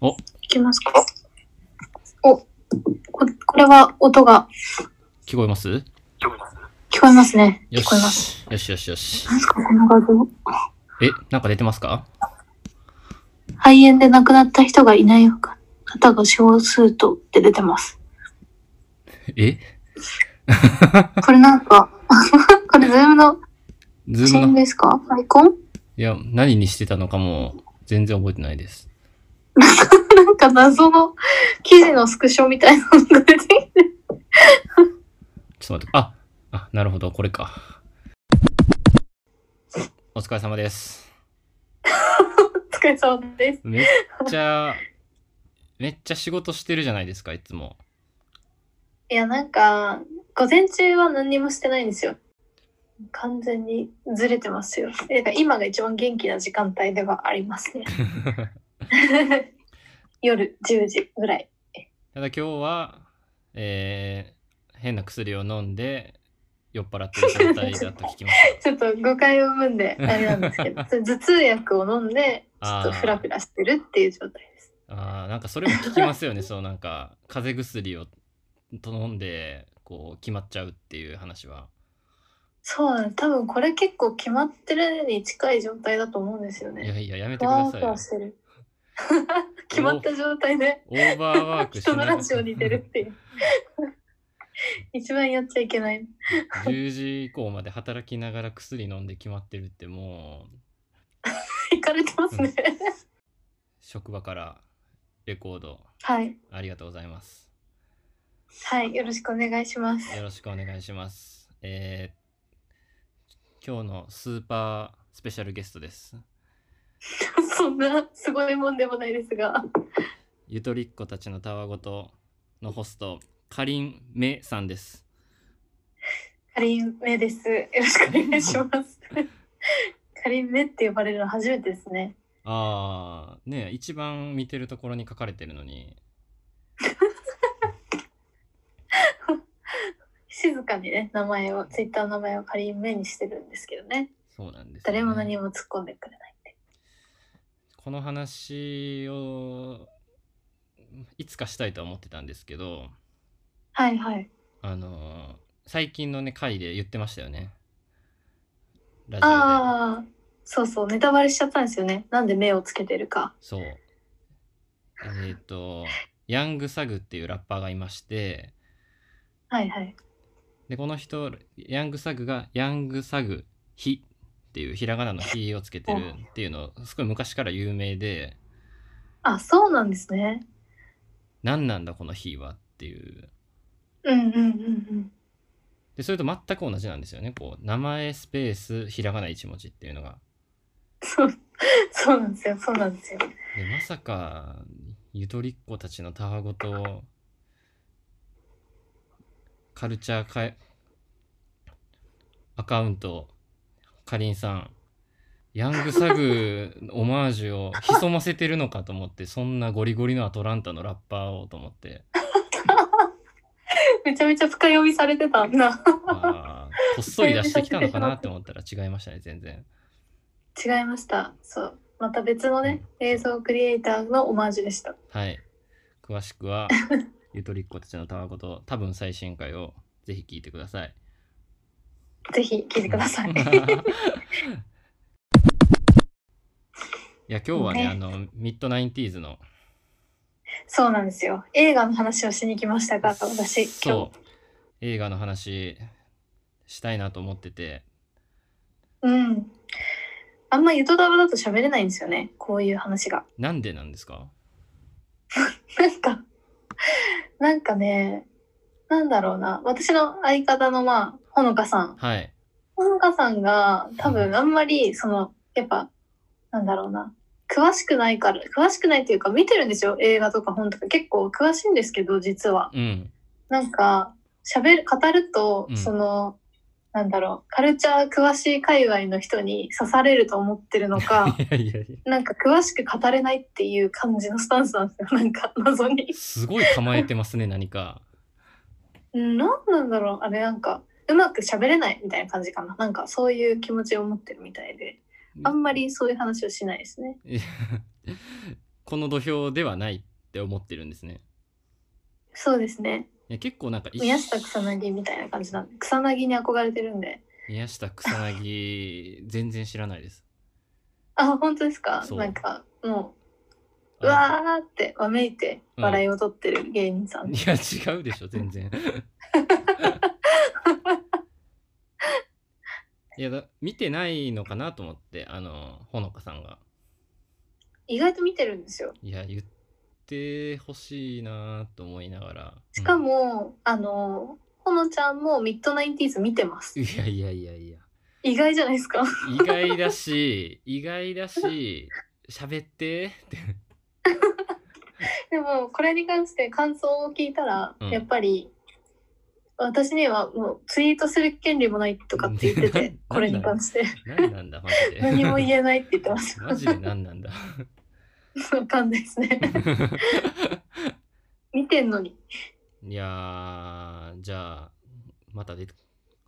おいきますか。お、こ、これは音が聞こえますよ聞こえますね。聞こえます。し。よしよしよし。なんすか、この画像。え、なんか出てますか肺炎で亡くなった人がいない方が少数とって出てます。えこれなんか、 これズームのズ写ー真ムの、ですかアイコンいや、何にしてたのかも全然覚えてないです。なんか謎の記事のスクショみたいなのが出てきて。ちょっと待って、あ、あ、なるほど、これか。お疲れ様です。お疲れ様です。めっち ゃ、めっちゃ仕事してるじゃないですか、いつも。いや、なんか、午前中は何にもしてないんですよ。完全にずれてますよ。なんか今が一番元気な時間帯ではありますね。 夜10時ぐらい。ただ今日は、えー、変な薬を飲んで酔っ払ってる状態だと聞きましちょっと誤解を生 んで、あれなんですけど、それ頭痛薬を飲んで、ちょっとフラフラしてるっていう状態です。た。あーなんかそれも聞きますよね、 そうなんか風邪薬を飲んでこう決まっちゃうっていう話は。そうなんです。多分これ結構決まってるに近い状態だと思うんですよいやね。いや、やめてふくだわーさいふよわ。してる。 決まった状態で。オーバーワークし人 のないラジオに出るっ ていう一番やっちゃいけない10時以降まで働きながら薬飲んで決まってるってもう行かれてますね職場からレコードはいありがとうございます。はいよろしくお願いしますよろしくお願いします。えー今日のスーパースペシャルゲストです。そんなすごいもんでもないですがゆとりっ子たちのたわごとのホスト、かりんめさんです。かりんめですよろしくお願いします かりんめって呼ばれるの初めてですねあー、ねえ一番見てるところに書かれてるのに、静かにね名前をツイッターの名前をかりんめにしてるんですけどねそうなんです、誰も何も突っ込んでくれないこの話をいつかしたいとは思ってたんですけど、はいはいあのー最近のね、回で言ってましたよね。ラジオで。ああそうそうネタバレしちゃったんですよねなんで目をつけてるかそう。えっ、と、ヤングサグっていうラッパーがいまして、はいはいで、この人、ヤングサグがヤングサグヒっていうひらがなのヒをつけてるっていうの、すごい昔から有名で、あそうなんですね何なんだこのヒはっていう。うんうんうんで、それと全く同じなんですよね。こう、名前スペースひらがな一文字っていうのが。うん。そうなんですよ、そうなんですよ。で、まさか、ゆとりっ子たちのたわごと、カルチャーかえアカウント、かりんさん、ヤングサグオマージュを潜ませてるのかと思って、そんなゴリゴリのアトランタのラッパーをと思って、めちゃめちゃ深読みされてたんだ。あーこっそり出してきたのかなって思ったら違いましたね、全然。違いました。そう。また別のね、映像クリエイターのオマージュでした。はい。詳しくは、ゆとりっ子たちのたわごと、多分最新回をぜひ聞いてください。ぜひ聞いてく ださい。いや今日はねねあのミッドナインティーズのそうなんですよ。映画の話をしに来ましたが、私、今日。そう映画の話したいなと思っててうん。あんまゆとだばだと喋れないんですよね。こういう話が。 なんでなんですかなんか、なんかね、なんだろうな。私の相方の、まあ、ほのかさんはいほのかさんが多分あんまりそのやっぱなんだろうな詳しくないから詳しくないっていうか見てるんですよ映画とか本とか結構詳しいんですけど実はうんなんか喋る語ると、うんそのなんだろうカルチャー詳しい界隈の人に刺されると思ってる のかいやいやいやなんか詳しく語れないっていう感じのスタンスなんですよ なんか謎に、すごい構えてますね何かうん、なんなんだろうあれなんかうまく喋れないみたいな感じかななんかそういう気持ちを持ってるみたいであんまりそういう話をしないですね。いや この土俵ではないって思ってるんですね。そうですね。いや結構なんか一宮下草薙みたいな感じなんで、草薙に憧れてるんで。宮下草薙全然知らないです。あ、本当ですかそうなんか、もう、うあわーって、わめいて、うん笑いを取ってる芸人さん。いや違うでしょ全 然。いやだ見てないのかなと思ってあのほのかさんが。意外と見てるんですよ。いや言ってほしいなと思いながら。しかうんも、あの、ほのちゃんもミッドナインティーズ見てます。いやいやいやいや。意外じゃないですか 意外だし意外だし喋ってってでも、これに関して感想を聞いたら、うんやっぱり、私にはもうツイートする権利もないとかって言うっててん、 これに関して何なんだマジで。何も言えないって言ってます マジで何なんだそう感じで すね。見てんのに。いやーじゃあまた出て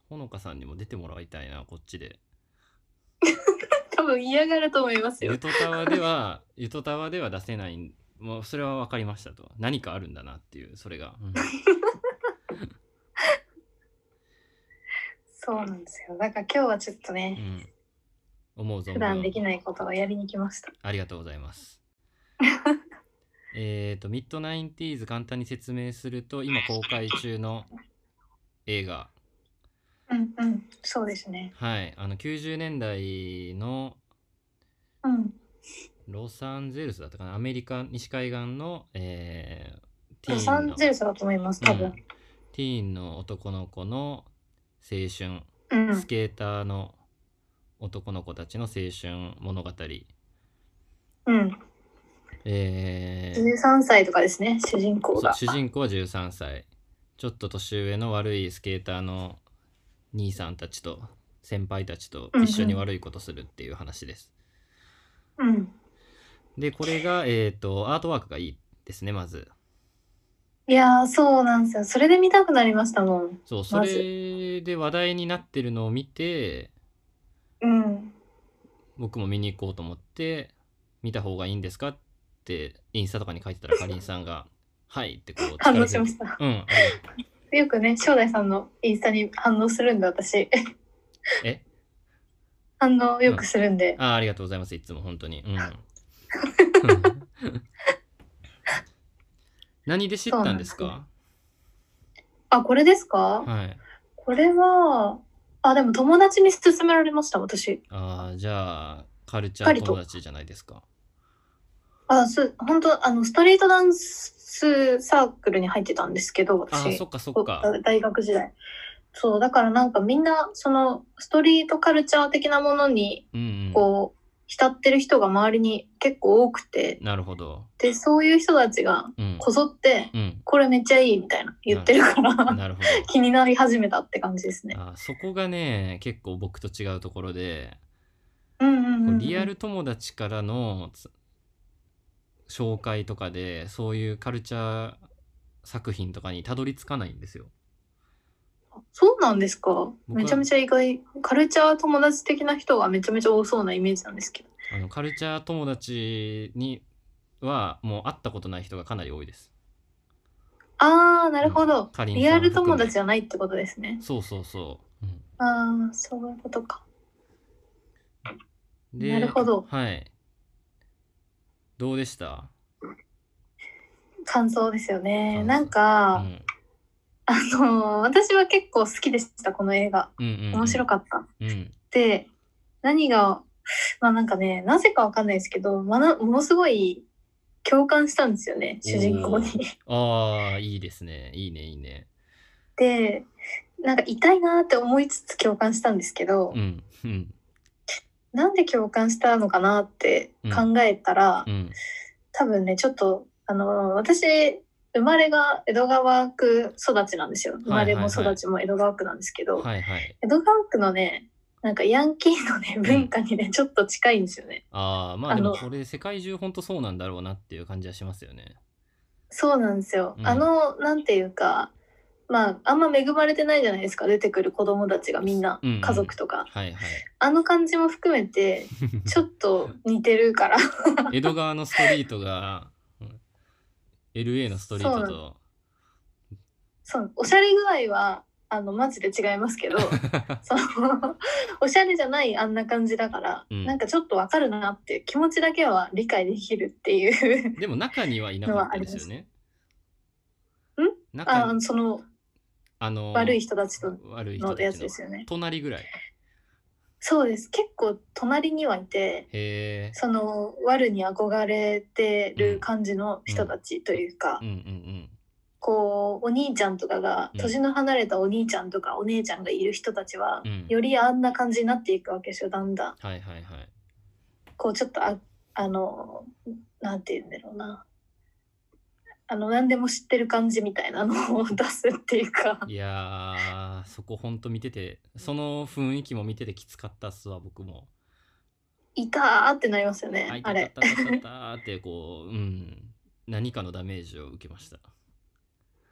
ほのかさんにも出てもらいたいなこっちで多分嫌がると思いますよゆ。とたわでは ゆとたわでは出せないもうそれは分かりましたと何かあるんだなっていうそれが、うんそうなんですよ。だから今日はちょっとうね、ん思う存分普段できないことをやりに来ました。ありがとうござい ます。えっと、ミッドナインティーズ簡単に説明すると、今公開中の映画。うんうん、そうですね。はい。あの、90年代のうん、ロサンゼルスだったかな。アメリカ西海岸の、えー、ティローサンのンゼルスだと思います、多うん分。ティーンの男の子の青春、うん、スケーターの男の子たちの青春物語。うん、えー13歳とかですね、主人公そうが。主人公は13歳ちょっと年上の悪いスケーターの兄さんたちと先輩たちと一緒に悪いことするっていう話です、うん。でこれがえっ、とアートワークがいいですねまずいやー、そうなんですよ。それで見たくなりましたもん。そうそれで話題になってるのを見てうん、僕も見に行こうと思って見た方がいいんですかってインスタとかに書いてたらかりんさんが 「はい」ってこう反応力し強まくした。うんありがとうよくね、正代さんのインスタに反応するんで、私。え反応よくするんで。あーありがとうございますいつも本当にうん 何で知ったんですそうなかあ、これですかはいこれは、あ、でも友達に勧められました、私。あーじゃあカルチャしっかーりと友達じゃないですかあ、そう、本当あの、ストリートダンスサークルに入ってたんですけど、あー私そ。っかそっか大大学時代。そう、だからなんかみんな、その、ストリートカルチャー的なものに、うんうこう、浸ってる人が周りに結構多くて、んなるほどで、そういう人たちがうんこぞって、うんこれめっちゃいいみたいな言ってる から、なるほ気になり始めたって感じですねど。あーそこがね結構僕と違うところでうんうんうんうん。リアル友達からのつ紹介とかでそういうカルチャー作品とかにたどり着かないんですよそうなんですか僕はめちゃめちゃ意外。カルチャー友達的な人がめちゃめちゃ多そうなイメージなんですけど。あのカルチャー友達にはもう会ったことない人がかなり多いです。あー、なるほうんど。かりんさんリアル友達じゃないってことですね。そうそうそう。うあー、そういうことか。んなるほどはい。どうでした感想ですよね。感想なんうか、んあのー私は結構好きでした、この映画。うんうん。面白くかった。うんで、何が、まあなんかね、なぜかわかんないですけど、まあな、ものすごい共感したんですよね、主人公に。ああ、いいですね。いいね、いいね。で、なんか痛いなーって思いつつ共感したんですけど、うん。うん。なんで共感したのかなって考えたら、うん。多分ねちょっとあの私生まれが江戸川区育ちなんですよ生まれも育ちも江戸川区なんですけど、はいはい。江戸川区のねなんかヤンキーのね文化にねちょっと近いんですよねああ、まあでもあのこれ世界中ほんとそうなんだろうなっていう感じはしますよね。そうなんですよ、うんあのなんていうかまあ、あんま恵まれてないじゃないですか、出てくる子供たちがみんな、うんうん家族とか。はいはい。あの感じも含めて、 ちょっと似てるから。江戸川のストリートが、うん LA のストリートと、そう、おしゃれ具合は、あの、マジで違います けど、その、おしゃれじゃないあんな感じだから、うんなんかちょっとわかるなっていう気持ちだけは理解できるっていう。でも中にはいなかったですよね。のはあ中あにの、その、あの悪い人たちと悪い人のたやちつですよね。隣ぐらい。そうです。結構隣にはいて、へえ。その、悪に憧れてる感じの人たちというか、うんうんこう、お兄ちゃんとかが、うん年の離れたお兄ちゃんとかお姉ちゃんがいる人たちはう、ん。うん。よりあんな感じになっていくわけですよ、だんだん。はいはいはい。こうちょっとああのなんて言うんだろうなあの何でも知ってる感じみたいなのを 出すっていうかいやー、そこほんと見てて、その雰囲気も見ててきつかったっすわ、僕も。いたーってなりますよね、あいあたたれたたたたーってこう、うん、何かのダメージを受けました。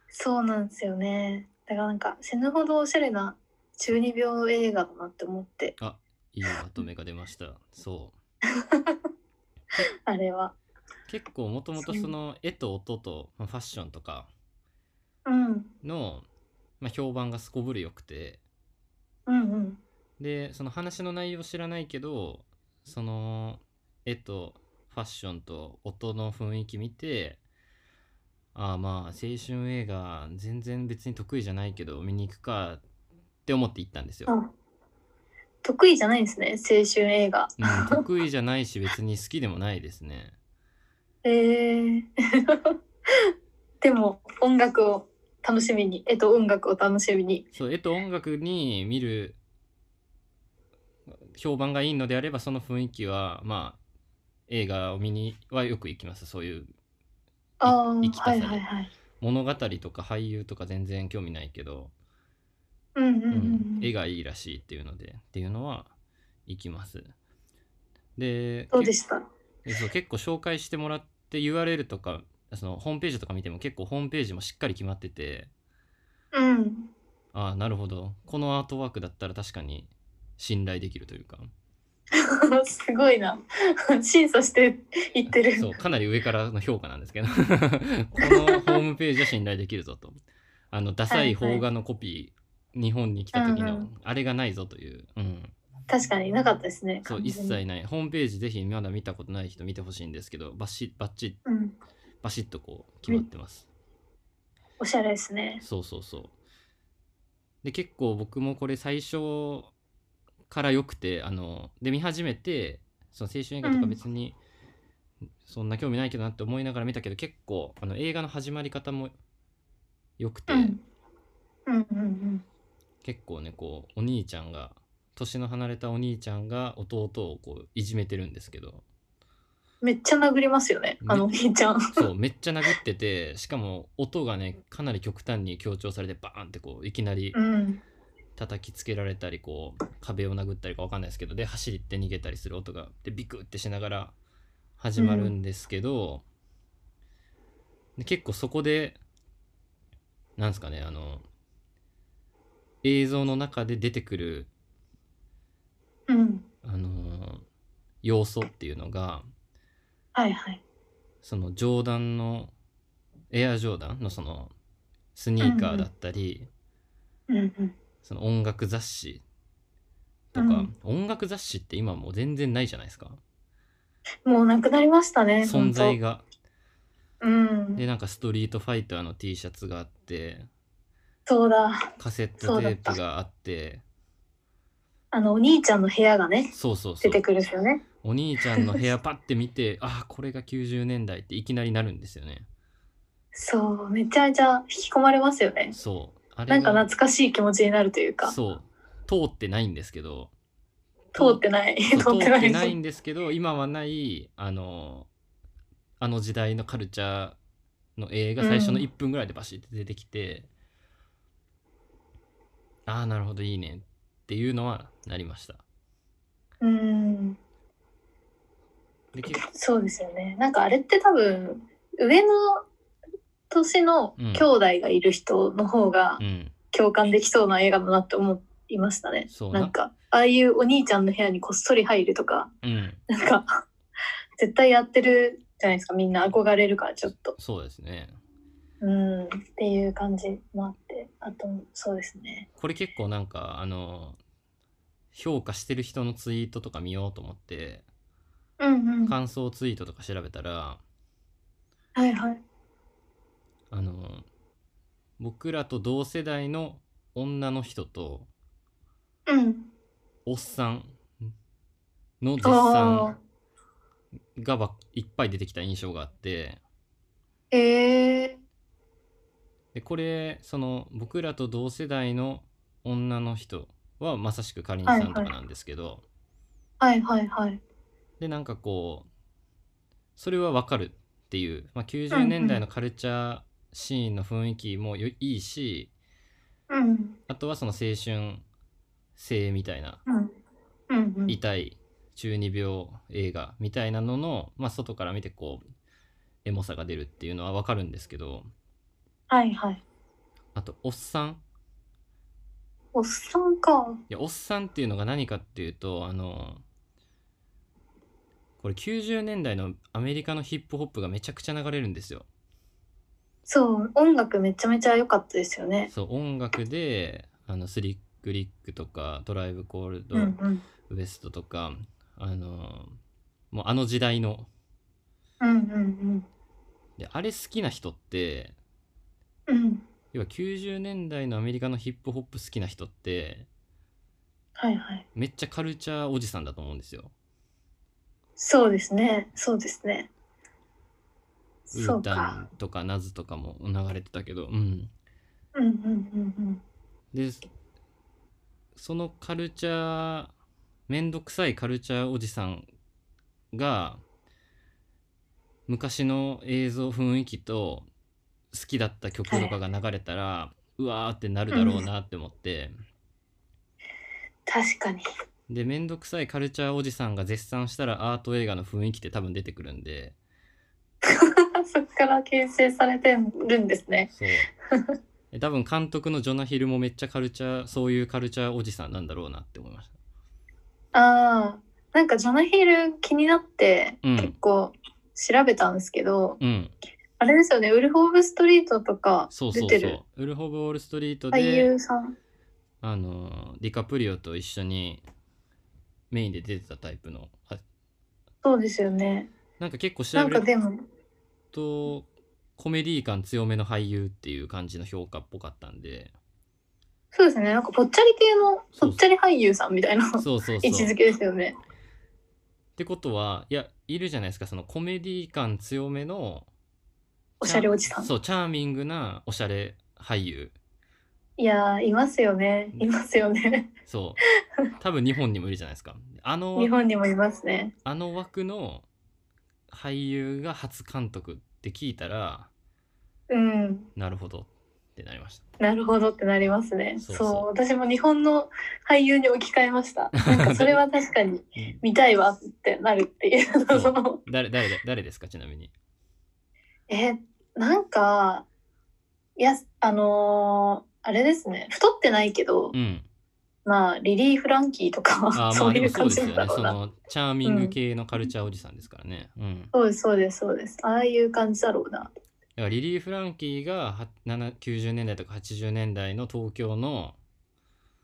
そうなんですよねだからなんか死ぬほどおしゃれな中二病映画だなって思っていいまとめが出ました。そう。あれは結構もともとその絵と音とまあファッションとかうんの、まあ、評判がすこぶる良くてうんうんでその話の内容知らないけどその絵とファッションと音の雰囲気見てああまあ青春映画全然別に得意じゃないけど見に行くかって思って行ったんですよ。あ得意じゃないんですね青春映画うん、得意じゃないし別に好きでもないですね。えー、 でも音楽を楽しみに絵と音楽を楽しみにそう絵と音楽に見る評判がいいのであればその雰囲気はまあ映画を見にはよく行きますそういうああ生きたさはいではいはい物語とか俳優とか全然興味ないけど、うんうんうんううんん絵がいいらしいっていうのでっていうのは行きますでそうでした。けそう結構紹介してもらって URL とかそのホームページとか見ても結構ホームページもしっかり決まっててうん。ああなるほどこのアートワークだったら確かに信頼できるというか すごいな。 審査していってる。そうかなり上からの評価なんですけどこのホームページは信頼できるぞとあのダサい邦画のコピー、日本に来た時うんうのあれがないぞという、うん、確かになかったですね。そう完一全に切。ないホームページぜひまだ見たことない人見てほしいんですけどバシッバッチうん。バシッとこう決まってます、おしゃれですね。そうそうそうで結構僕もこれ最初から良くてあので見始めてその青春映画とか別にそんな興味ないけどなって思いながら見たけど、結構あの映画の始まり方も良くて、うん。うんうんうん。結構ねこうお兄ちゃんが年の離れたお兄ちゃんが弟をこういじめてるんですけどめっちゃ殴りますよね。あのお兄ちゃん。そうめっちゃ殴っててしかも音がねかなり極端に強調されてバーンってこういきなりうん。叩きつけられたりこう壁を殴ったりかわかんないですけどで走って逃げたりする音がでビクってしながら始まるんですけど、で結構そこでなんですかねあの映像の中で出てくるうん。あのー要素っていうのがはいはい。そのジョーダンのエアジョーダンのそのスニーカーだったり、うんうん。その音楽雑誌とか、うん音楽雑誌って今もう全然ないじゃないですかもうなくなりましたね。存在がほんと。うでん。なんかストリートファイターの T シャツがあってそうだ。カセットテープがあってあのお兄ちゃんの部屋がね、そうそうそ出うてくるんですよね。お兄ちゃんの部屋パッて見てああこれが90年代っていきなりなるんですよねそう。めちゃめちゃ引き込まれますよね。そうあなれんかが懐かしい気持ちになるというか、通そう通ってないんですけどってない。通そうっ通てっなてないい。んですけど今はないあのあの時代のカルチャーの映画うん最初の1分ぐらいでバシッて出てきて、ああなるほどいいねっていうのはなりましたうん。で結構そうですよね。なんかあれって多分、上の年の兄弟がいる人の方がうん共感できそうな映画だなって思いましたね。そうななんか、ああいうお兄ちゃんの部屋にこっそり入るとか、うんなんか、絶対やってるじゃないですか。みんな憧れるから、ちょっと。そうですねうん、っていう感じもあって、あと、そうですね。これ結構なんかあの評価してる人のツイートとか見ようと思ってうんうん。は感想ツイートとか調べたらいはい。あの僕らと同世代の女の人とうん。おっさんの絶あ賛がばいっぱい出てきた印象があってあ。ええでこれその僕らと同世代の女の人はまさしくかりんさんとかなんですけど、はいはいはい。でなんかこうそれはわかるっていう、まあ、90年代のカルチャーシーンの雰囲気もよいいしうん。あとはその青春性みたいなうん。うん、うん。痛い中二病映画みたいなのの、まあ、外から見てこうエモさが出るっていうのはわかるんですけどはいはい。あとおっさんおっさんか。いやおっさんっていうのが何かっていうとあのこれ90年代のアメリカのヒップホップがめちゃくちゃ流れるんですよ。そう、音楽めちゃめちゃ良かったですよね。そう音楽であのスリックリックとかドライブコールドうんうん。ウエストとか、あのもうあの時代のうんうんであれ好きな人ってうん。うん。要は90年代のアメリカのヒップホップ好きな人ってはいはい。めっちゃカルチャーおじさんだと思うんですよ。そうですね。そうですね。ウそーうタか。ンとかナズとかも流れてたけど、うん、うんうんうんでそのカルチャーめんどくさいカルチャーおじさんが昔の映像雰囲気と好きだった曲とかが流れたら、うわーってなるだろうなって思って、うん。確かに。 でめんどくさいカルチャーおじさんが絶賛したらアート映画の雰囲気って多分出てくるんでそこから形成されてるんですね。 そうえ多分監督のジョナヒルもめっちゃカルチャーそういうカルチャーおじさんなんだろうなって思いました。ああ。なんかジョナヒル気になってうん結構調べたんですけど、うんあれですよね、ウルフ・オブ・ストリートとかそう出そうそてるう。ウルフ・オブ・ウォール・ストリートで俳優さん。あのディカプリオと一緒にメインで出てたタイプのあそうですよね。なんか結構調なんべかるでも、とコメディ感強めの俳優っていう感じの評価っぽかったんでそうですね、なんかぽっちゃり系その、うそぽうっちゃり俳優さんみたいなそうそう位置そうづっけですよね。てことはいやいるじゃないですかそのコメディ感強めのおしゃれおじさん。そうチャーミングなおしゃれ俳優いやー、いますよね。いますよね。そう多分日本にもいるじゃないですかあの日本にもいますね。あの枠の俳優が初監督って聞いたらうん。なるほどってなりましたなるほどってなりますね。そそううそう私も日本の俳優に置き換え ました。なんかそれは確かに見たいわってなるっていうそうその誰誰だ誰ですかちなみに。 え、なんか、いや、あのーあれですね、太ってないけど、うん。まあ、リリー・フランキーとかあはーまそあうでいもうそう感ですじよなね。んだろそうな。のチャーミング系のカルチャーおじさんですからね。うん。だかそうです、そうです、そうです。ああいう感じだろうな。らリリー・フランキーがは7 90年代とか80年代の東京の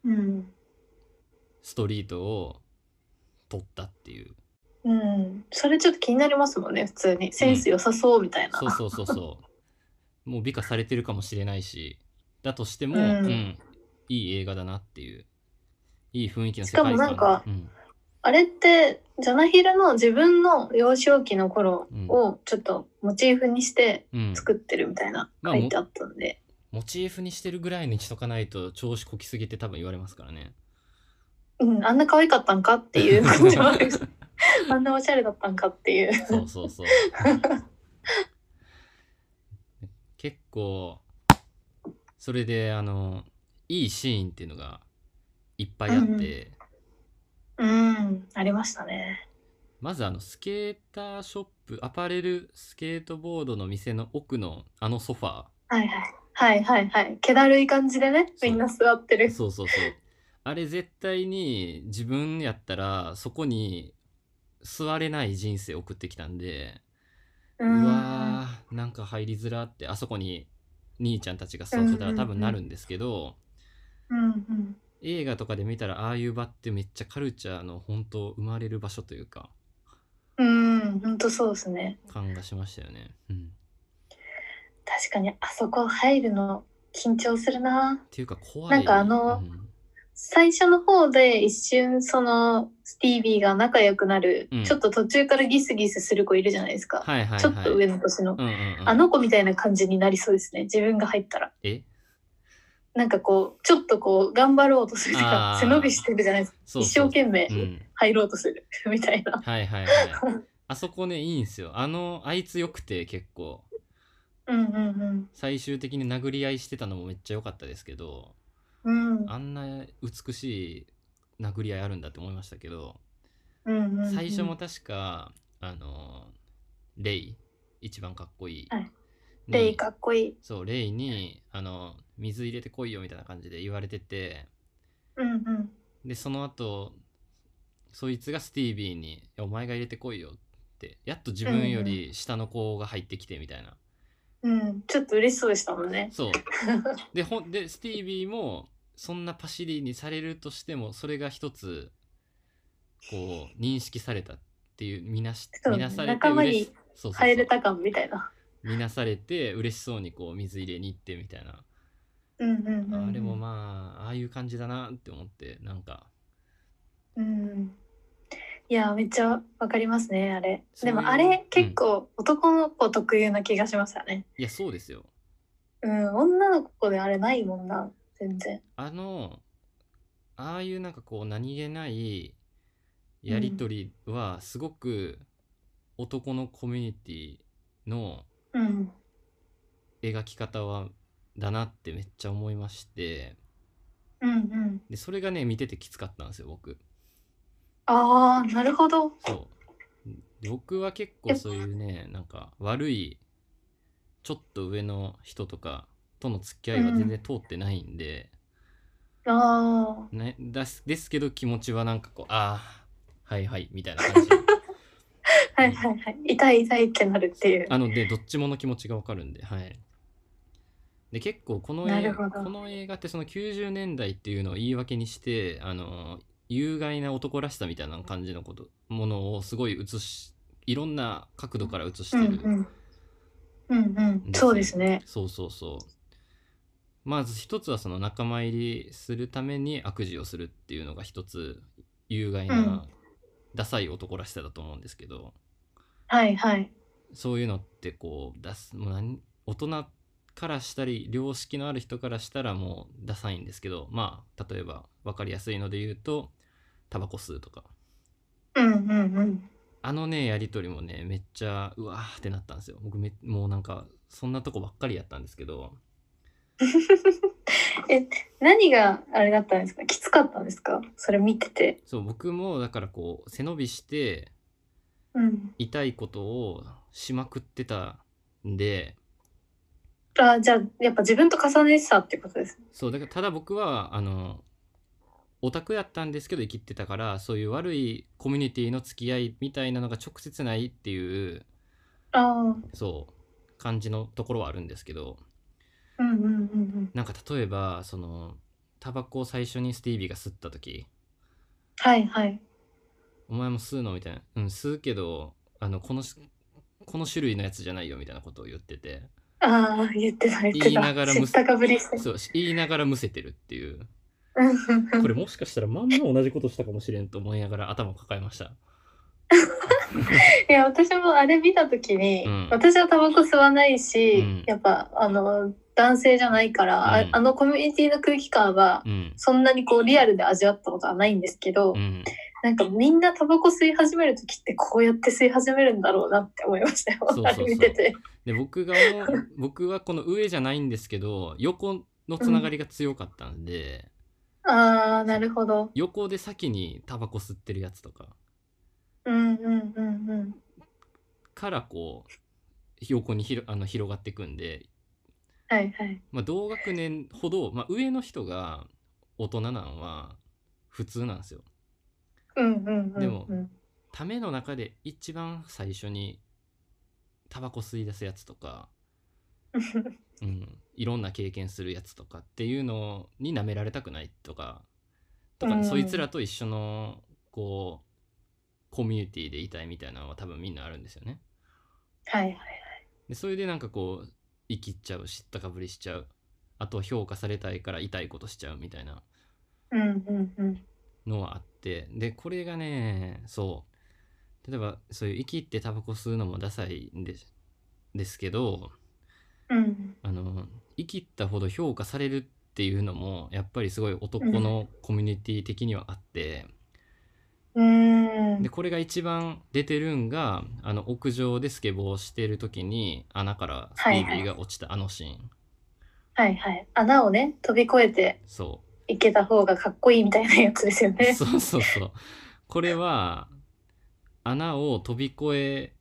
うん。ストリートを撮ったっていう。うん。それちょっと気になりますもんね、普通に。センス良さそうみたいな。そうそうそうそう。もう美化されてるかもしれないし、だとしても、ううんん、いい映画だなっていう。いい雰囲気の世しか界も観なんかうん、あれって、ジャナヒルの自分の幼少期の頃をちょっとモチーフにしてうん、作ってるみたいなまあ書いてあったんで。モチーフにしてるぐらいにしとかないと調子こきすぎて多分言われますからね。うん、あんな可愛かったんかっていう感じもあ るしあんなおしゃれだったんかっていう。そうそうそう。結構それであのいいシーンっていうのがいっぱいあって、うん、ありましたね。まずあのスケーターショップアパレルスケートボードの店の奥のあのソファはいはい。はいはいはい。気だるい感じでね、みんな座ってーる。そうそうそうあれ絶対に自分やったらそこに座れない人生送ってきたんでううーん。わーなんか入りづらってあそこに兄ちゃんたちが座ってたら多分なるんですけど、うんうん。映画とかで見たらああいう場ってめっちゃカルチャーの本当生まれる場所というかうん、ほんとそうですね。感がしましたよね。うん、確かに、あそこ入るの緊張するな。っていうか怖い。なんかあのうん最初の方で一瞬、その、スティービーが仲良くなる、うんちょっと途中からギスギスする子いるじゃないですか。はいはいはい。ちょっと上の年の。うんうんうん、あの子みたいな感じになりそうですね。自分が入ったら。えなんかこう、ちょっとこう、頑張ろうとするとあか、ー背伸びしてるじゃないですか。そう一生そう懸命うん、入ろうとする、 みたいな。はいはいはい。 あそこねいいんすよ。あのあいつよくて結構うんうん最終的に殴り合いしてたのもめっちゃ良かったですけどうん。うんあんな美しい殴り合いあるんだって思いましたけどうんうんうん。最初も確かあのレイ一番かっこいい。はいにレイかっこいい。そうレイにあの水入れてこいよみたいな感じで言われててうんうん。でその後そいつがスティービーにいや「お前が入れてこいよ」ってやっと自分より下の子が入ってきてみたいな、うん、ちょっと嬉しそうでしたもんね。そう でほんでスティービーもそんなパシリにされるとしてもそれが一つこう認識されたっていう見なしそう見ねなされて仲間に嬉しそうそうそう入れた感みたいな。見なされて嬉しそうにこう水入れに行ってみたいなうんうんうん。あれもまあああいう感じだなって思ってなんかうん。いや、めっちゃわかりますね、あれ。そういでうもあれ、結構男の子特有な気がしましたね。いやそうですようん、女の子であれないもんな、全然。あのああいうなんかこう何気ないやり取りはすごく男のコミュニティのうん。描き方はだなってめっちゃ思いましてうんうん。でそれがね見ててきつかったんですよ僕ああ、なるほど。そうで僕は結構そういうねなんか悪いちょっと上の人とかとの付き合いは全然通ってないんで、あね、だすですけど気持ちはなんかこうああはいはいみたいな感じあ、はいはいはい。痛い痛いってなるっていう。なのでどっちもの気持ちがわかるんではいで結構このな映る画ほどこの映画ってその90年代っていうのを言い訳にしてあの有害な男らしさみたいな感じのことものをすごい映しいろんな角度から映してうんうる、ん。うんうん。そうですね。そうそうそうまず一つはその仲間入りするために悪事をするっていうのが一つ有害うなんダサい男らしさだと思うんですけど、はいはい。そういうのってこう出すもう何大人からしたり良識のある人からしたらもうダサいんですけどまあ例えば分かりやすいので言うとタバコ吸うとかうんうんうん。あのねやり取りもねめっちゃうわーってなったんですよ僕めもうなんかそんなとこばっかりやったんですけど何があれだったんですかきつかったんですかそれ見てて。そう僕もだからこう背伸びしてうん。痛いことをしまくってたんであじゃあ、やっぱ自分と重ねてたってことですね。そうだからただ僕はあのオタクやったんですけど生きてたからそういう悪いコミュニティの付き合いみたいなのが直接ないっていうあそう感じのところはあるんですけどあ、うんうんうんうん。なんか例えばそのタバコを最初にスティービーが吸った時はいはい。 「お前も吸うの?」みたいな「うん吸うけどあのこのしこの種類のやつじゃないよ」みたいなことを言っててああ、言ってた言ってた。言いながら知むったかぶりして。そうし言いながらむせてるっていううんうんうんこれもしかしたらまんま同じことしたかもしれんと思いながら頭を抱えましたいや、私もあれ見たときに、うん私はタバコ吸わないし、うんやっぱ、あの、男性じゃないから、うんああのコミュニティの空気感は、うんそんなにこうリアルで味わったことはないんですけど、うんなんかみんなタバコ吸い始めるときってこうやって吸い始めるんだろうなって思いましたよ。そうそうそうあれ見てて。で僕が思う僕はこの上じゃないんですけど横のつながりが強かったんで、ああ、なるほど。横で先にタバコ吸ってるやつとかうんうんうんうん。からこう横にひろあの広がっていくんで、はいはい。まあ、同学年ほど、まあ、上の人が大人なんは普通なんですよ。うんうんうん、うん。でもための中で一番最初にタバコ吸い出すやつと か、うん、いろんな経験するやつとかっていうのに舐められたくないとかとか、うんそいつらと一緒のこうコミュニティでいたいみたいなのは多分みんなあるんですよね。はいはい。でそれでなんかこう生きっちゃう知ったかぶりしちゃうあと評価されたいから痛いことしちゃうみたいなうんうんうん。のはあってでこれがねそう例えばそういう生きってタバコ吸うのもダサいんでですけどうん。あの生きったほど評価されるっていうのもやっぱりすごい男のコミュニティ的にはあって、うーんで。これが一番出てるんがあの屋上でスケボーしてる時に穴からスティービーが落ちたあのシーン、はいはい。穴をね、飛び越えてそういけた方がかっこいいみたいなやつですよ ね。そうそうそう。これは穴を飛び越え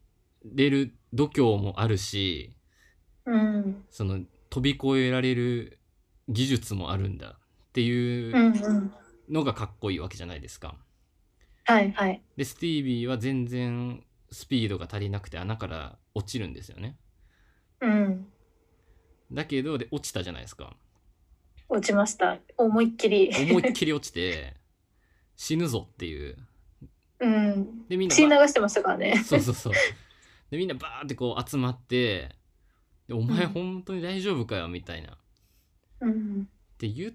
れる度胸もあるし、うん。その飛び越えられる技術もあるんだっていうんう。うんのがかっこいいわけじゃないですか。はいはい。で、スティービーは全然スピードが足りなくて穴から落ちるんですよね。うん。だけど、で、落ちたじゃないですか。落ちました。思いっきり。思いっきり落ちて、 死ぬぞっていう。うん。で、みんな血流してましたからね。そうそうそう。でみんなバーってこう集まってで「お前うん本当に大丈夫かよ」みたいな。っうん。て言っ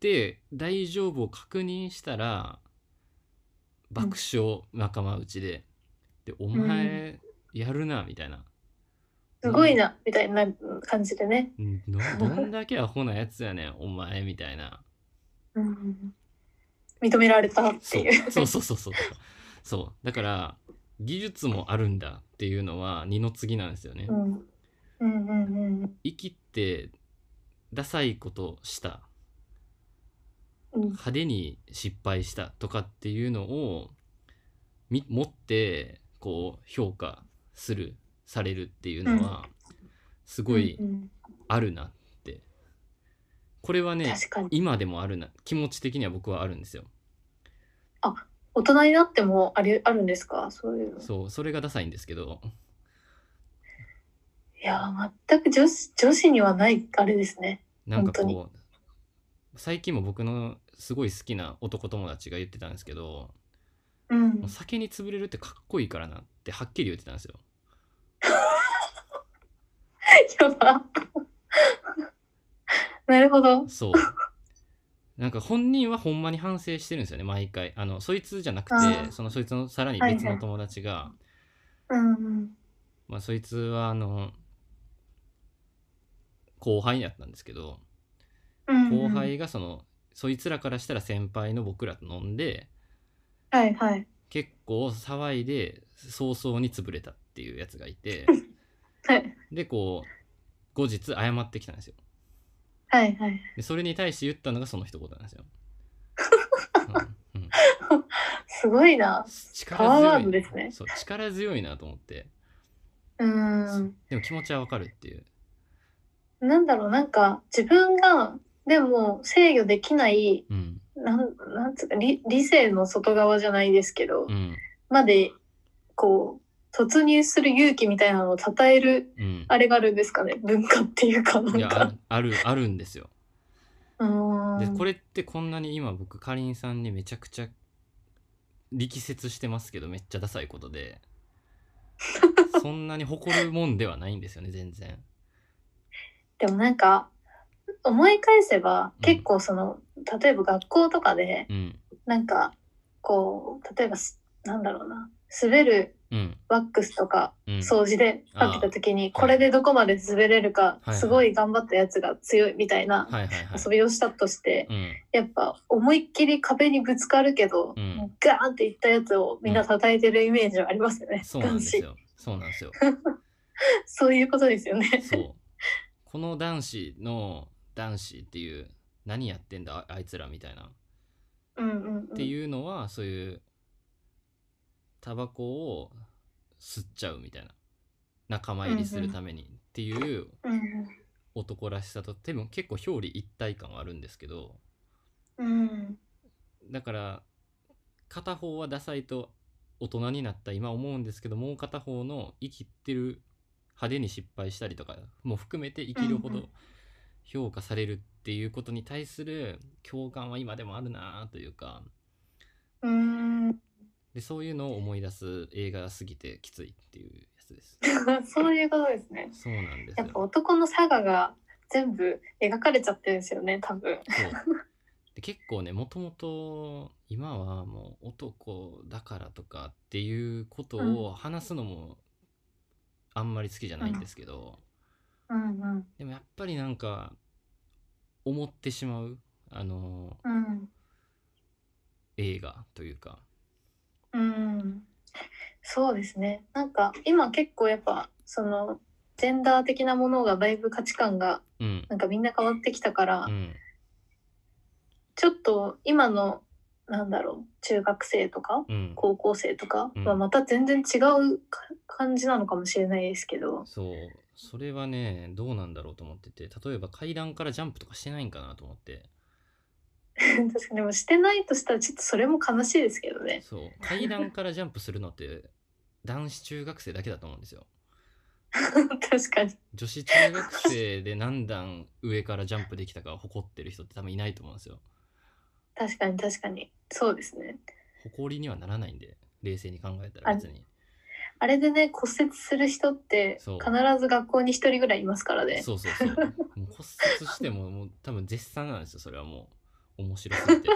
て大丈夫を確認したら爆笑仲間内で「でお前やるな」みたいな。すごいな、みたいな感じでね。うんどどんだけアホなやつやねんお前みたいなうん。認められたっそうて いう。そうそうそうそうそうだから技術もあるんだっていうのは二の次なんですよね、うん。うんうん生きてダサいことしたうん。うん派手に失敗したとかっていうのをみ持ってこう評価するされるっていうのはすごいうんあるなってこれはうんね確かに。今でもあるな気持ち的には僕はあるんですよ大人になってもありあるんですかそういうの。そうそれがダサいんですけどいやー、全く女子女子にはないあれですね。なんか本こう最近も僕のすごい好きな男友達が言ってたんですけどうんもう。酒に潰れるってかっこいいからなってはっきり言ってたんですよやば。 なるほど。そう。なんか本人はほんまに反省してるんですよね、毎回。あの、そいつじゃなくあて、ーそのそいつのさらにはいはい別の友達が、うんうん。まあそいつはあの、後輩やったんですけど、うんうん後。輩がその、そいつらからしたら先輩の僕らと飲んで、はいはい。結構騒いで早々に潰れたっていうやつがい て、はいで、こう、後日謝ってきたんですよ。はいはい。で、それに対して言ったのがその一言なん ですよ。うんうんすごいな。力パワ強ーワーいドですねそう力強いなと思ってうん。でも気持ちはわかるっていうなんだろう、なんか自分が、でも制御できない、うんなん、なんつうか、理理性の外側じゃないですけど、うんまで、こう、突入する勇気みたいなのを称える、うんあれがあるんですかね。文化っていうか、ないんやか。ああるあるんですようん。でこれってこんなに今僕かりんさんにめちゃくちゃ力説してますけどめっちゃダサいこと でそんなに誇るもんではないんですよね全然でもなんか思い返せばうん結構その、例えば学校とかでうんなんかこう例えばすなんだろうな滑るうんワックスとかうん掃除でかけた時に、これでどこまで滑れるか、はいすごい頑張ったやつが強いみたいなはいはいはい遊びをしたとして、うんやっぱ思いっきり壁にぶつかるけど、うんガーンっていったやつをみんな叩いてるイメージはありますよね、そうなんです男子よそうなん ですよそういうことですよね。そうこの男子の男子っていう何やってんだああいつらみたいなうんうんうん、っていうのはそういうタバコを吸っちゃうみたいな仲間入りするためにっていううん男らしさと多分結構表裏一体感はあるんですけどうんだから片方はダサいと大人になった今思うんですけどもう片方の生きてる派手に失敗したりとかも含めて生きるほうんうど評価されるっていうことに対する共感は今でもあるなというかうんでそういうのを思い出す映画すぎてきついっていうやつです。 そういうことですねそうなんですやっぱよ。男の佐賀が全部描かれちゃってるんですよね多分そうで結構ねもともと今はもう男だからとかっていうことを話すのもあんまり好きじゃないんですけど、うんうんでもやっぱりなんか思ってしまうあのうん映画というかうんそうですねなんか今結構やっぱそのジェンダー的なものがだいぶ価値観がうんなんかみんな変わってきたから、うんちょっと今のなんだろう中学生とかうん高校生とかうんはまた全然違うか感じなのかもしれないですけど、 そうそれはねどうなんだろうと思ってて例えば階段からジャンプとかしてないんかなと思って確かにでもしてないとしたらちょっとそれも悲しいですけどね。 そう階段からジャンプするのって男子中学生だけだと思うんですよ。確かに。女子中学生で何段上からジャンプできたかを誇ってる人って多分いないと思うんですよ。確かに確かに。そうですね。誇りにはならないんで、冷静に考えたら別に。あれでね、骨折する人ってそう必ず学校に一人ぐらいいますから ね。そうそうそう。もう骨折してももう多分絶賛なんですよ、それはもう。面白 すぎて。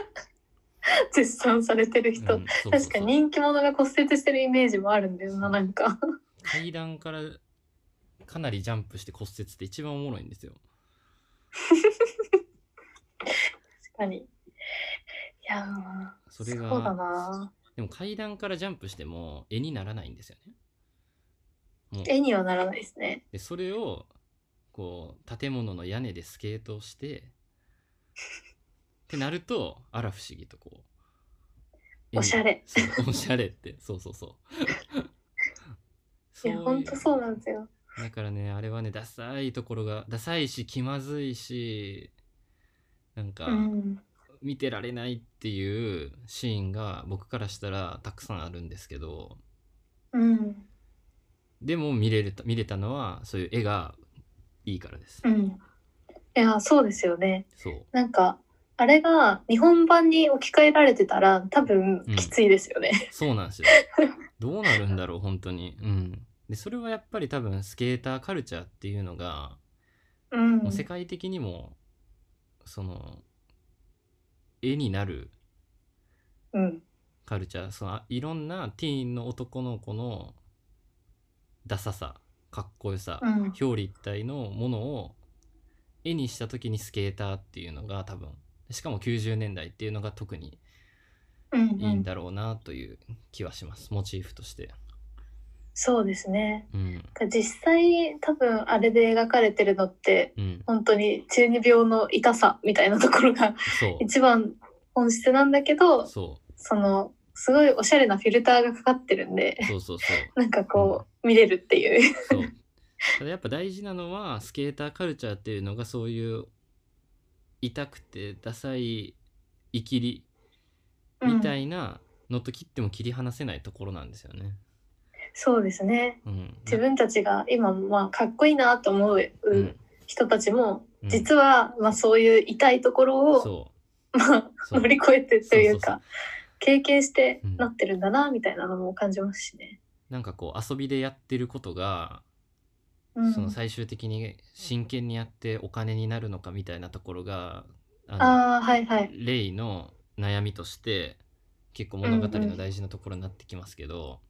絶賛されてる人。うんそうそうそう確かに人気者が骨折してるイメージもあるんだよそな、うなんか。階段からかなりジャンプして骨折って一番おもろいんですよ。確かに。いやーそれがそうだなでも階段からジャンプしても絵にならないんですよね。もう絵にはならないですね。でそれをこう建物の屋根でスケートをしてってなるとあら不思議とこう おしゃれそうおしゃれってそうそうそういそうや、ほんとそうなんですよ。だからねあれはねダサいところがダサいし気まずいしなんかうん。見てられないっていうシーンが僕からしたらたくさんあるんですけどうん。でも見れる見れたのはそういう絵がいいからです、うん。いや、そうですよね。そうなんか、あれが日本版に置き換えられてたら多分うんきついですよね。そうなんですよ。どうなるんだろう、本当に。うん。で、それはやっぱり多分、スケーターカルチャーっていうのが、うん。もう世界的にも、その、絵になるうん。カルチャー、その、あいろんなティーンの男の子の、ダサさ、かっこよさ、うん。表裏一体のものを、絵にした時にスケーターっていうのが多分、しかも90年代っていうのが特にうんうんいいんだろうなという気はします、モチーフとして。そうですね。うん。実際多分あれで描かれてるのってうん。本当に中二病の痛さみたいなところが そう。一番本質なんだけどそそのすごいおしゃれなフィルターがかかってるんでうそうそうそうなんかこう見れるっていう。そう ただやっぱ大事なのはスケーターカルチャーっていうのがそういう痛くてダサいイキリみたうん、いなのと切っても切り離せないところなんですよね。そうですね。うん、自分たちが今まあかっこいいなと思ううん人たちもうん実はまあそういう痛いところをそ まあうそう乗り越えてというそうそうか経験してうんなってるんだなみたいなのも感じますしね。なんかこう遊びでやってることが、うんその最終的に真剣にやってお金になるのかみたいなところがあのああはいはい。レイの悩みとして結構物語の大事なところになってきますけど。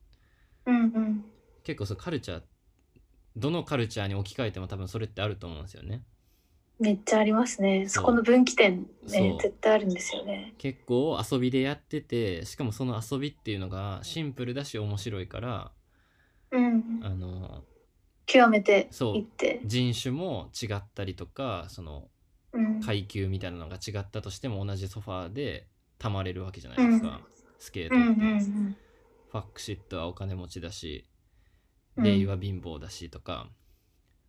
うんうん。結構そのカルチャーどのカルチャーに置き換えても多分それってあると思うんですよねめっちゃありますね。そうそこの分岐点そねう絶対あるんですよね。結構遊びでやっててしかもその遊びっていうのがシンプルだし面白いからうん。あの極めてそういって。人種も違ったりとかそのうん。階級みたいなのが違ったとしても同じソファーでたまれるわけじゃないですか、うんスケートうっんて、うんうフん。パクシットはお金持ちだし、うんレイは貧乏だしとか、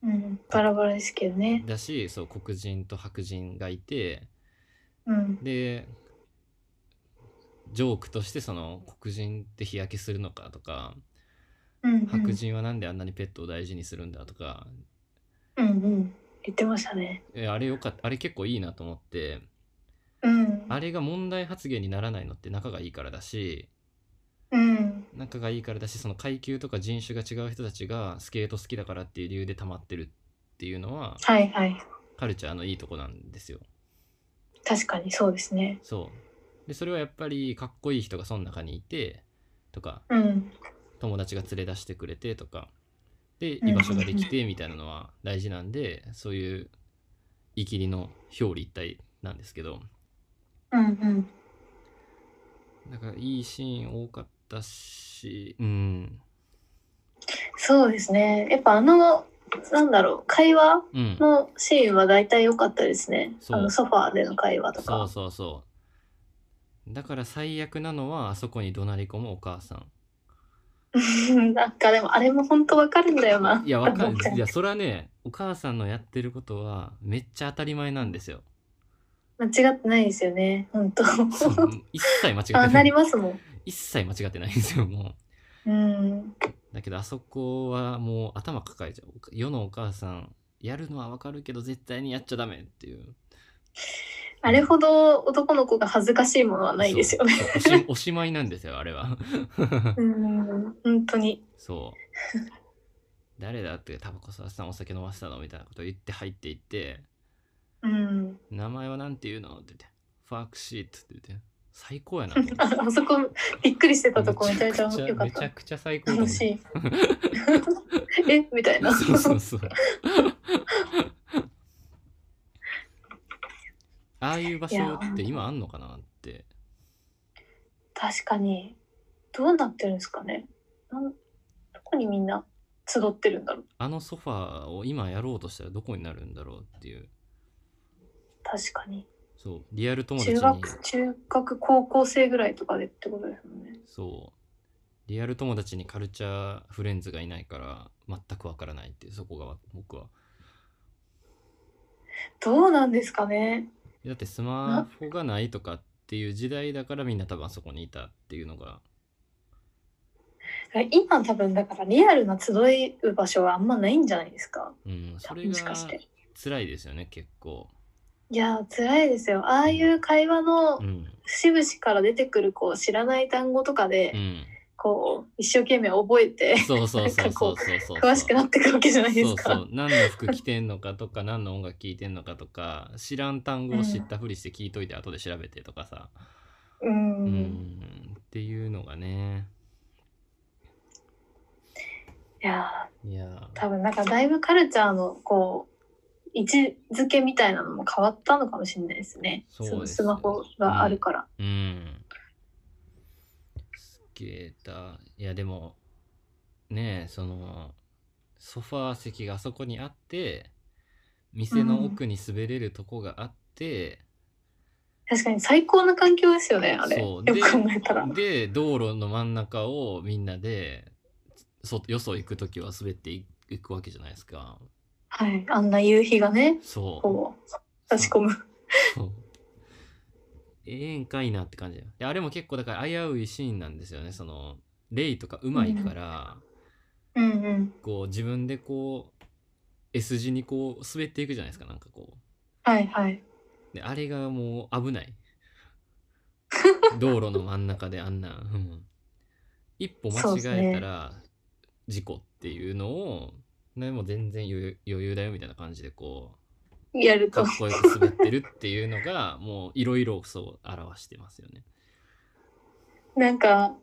うん、バラバラですけどね。だしそう黒人と白人がいてうん。でジョークとしてその黒人って日焼けするのかとかうん、うん。白人はなんであんなにペットを大事にするんだとか、うんうん。言ってましたね。えあれよかったあれ結構いいなと思ってうん。あれが問題発言にならないのって仲がいいからだしうん。仲がいいからだしその階級とか人種が違う人たちがスケート好きだからっていう理由で溜まってるっていうのははいはい。カルチャーのいいとこなんですよ。確かにそうですね。そうでそれはやっぱりかっこいい人がその中にいてとかうん。友達が連れ出してくれてとかでうん居場所ができてみたいなのは大事なんでそういうイキリの表裏一体なんですけどうんうん。なんかいいシーン多かったしうんそうですね。やっぱあの、なんだろう、会話うんのシーンは大体良かったですね。そうあのソファーでの会話とそかう。そうそうだから最悪なのはあそこに怒鳴り込むお母さんなんかでもあれも本当わかるんだよな。いやわか思っるちゃういやそれはねお母さんのやってることはめっちゃ当たり前なん ですよ間違ってないですよね。本当。そう一切間違ってあ、なないりますもん。一切間違ってないんですよもうん。うだけどあそこはもう頭抱えちゃう世のお母さんやるのはわかるけど絶対にやっちゃダメって いうあれほど男の子が恥ずかしいものはないですよね。そうそうおしおしまいなんですよあれは うん。本当に。そう誰だってタバコ吸わせたのお酒飲ませたのみたいなこと言って入っていってうん。名前はなんて言うのって言ってファークシートって言って最高やなと思ってあ あそこびっくりしてたとこめめちちゃゃくめちちゃゃ良かっめちたゃ。くちゃ最高と思楽っしてい。えみたいな。そうそう そう。ああいう場所って今あんのかなって。確かに。どうなってるんですかね。なんどこにみんな集ってるんだろう。あのソファーを今やろうとしたらどこになるんだろうっていう。確かに。そう、リアル友達中に。学、中学、高校生ぐらいとかでってことですもんね。そう。リアル友達にカルチャーフレンズがいないから全くわからないっていうそこが僕は。どうなんですかね。だってスマホがないとかっていう時代だからみんな多分あそこにいたっていうのが。今多分だからリアルな集う場所はあんまないんじゃないですか。うん、それもしがかして。辛いですよね、結構。いやー辛いですよああいう会話のうん。節々から出てくるこう知らない単語とかで、うん。こう一生懸命覚えてそうそうそうそうそうそう。詳しくなってくるわけじゃないですか。そうそう何の服着てんのかとか何の音楽聴いてんのかとか知らん単語を知ったふりして聞いといて後で調べてとかさ、ううんん、っていうのがねいやいやー多分なんかだいぶカルチャーのこう位置づけみたいなのも変わったのかもしれないですね。そそうですねのスマホがあるから。ーうんすっげえだいやでもねえそのソファー席があそこにあって店の奥に滑れるとこがあって、確かに最高な環境ですよねあれ。そようくで考えたら。で道路の真ん中をみんなでそよそ行く時は滑っていいくわけじゃないですかはいあんな夕日がねそうこう差し込む。そうええんかいなって感じだよであれも結構だから危ういシーンなんですよねそのレイとかうまいから、うんうん。こう自分でこう S 字にこう滑っていくじゃないですかなんかこはいはい。うであれがもう危ない道路の真ん中であんな、うん、一歩間違えたら事故っていうのをでも全然余裕余裕だよみたいな感じでこやるうかとっ。こよく滑ってるっていうのがもういろいろそう表してますよね。なんか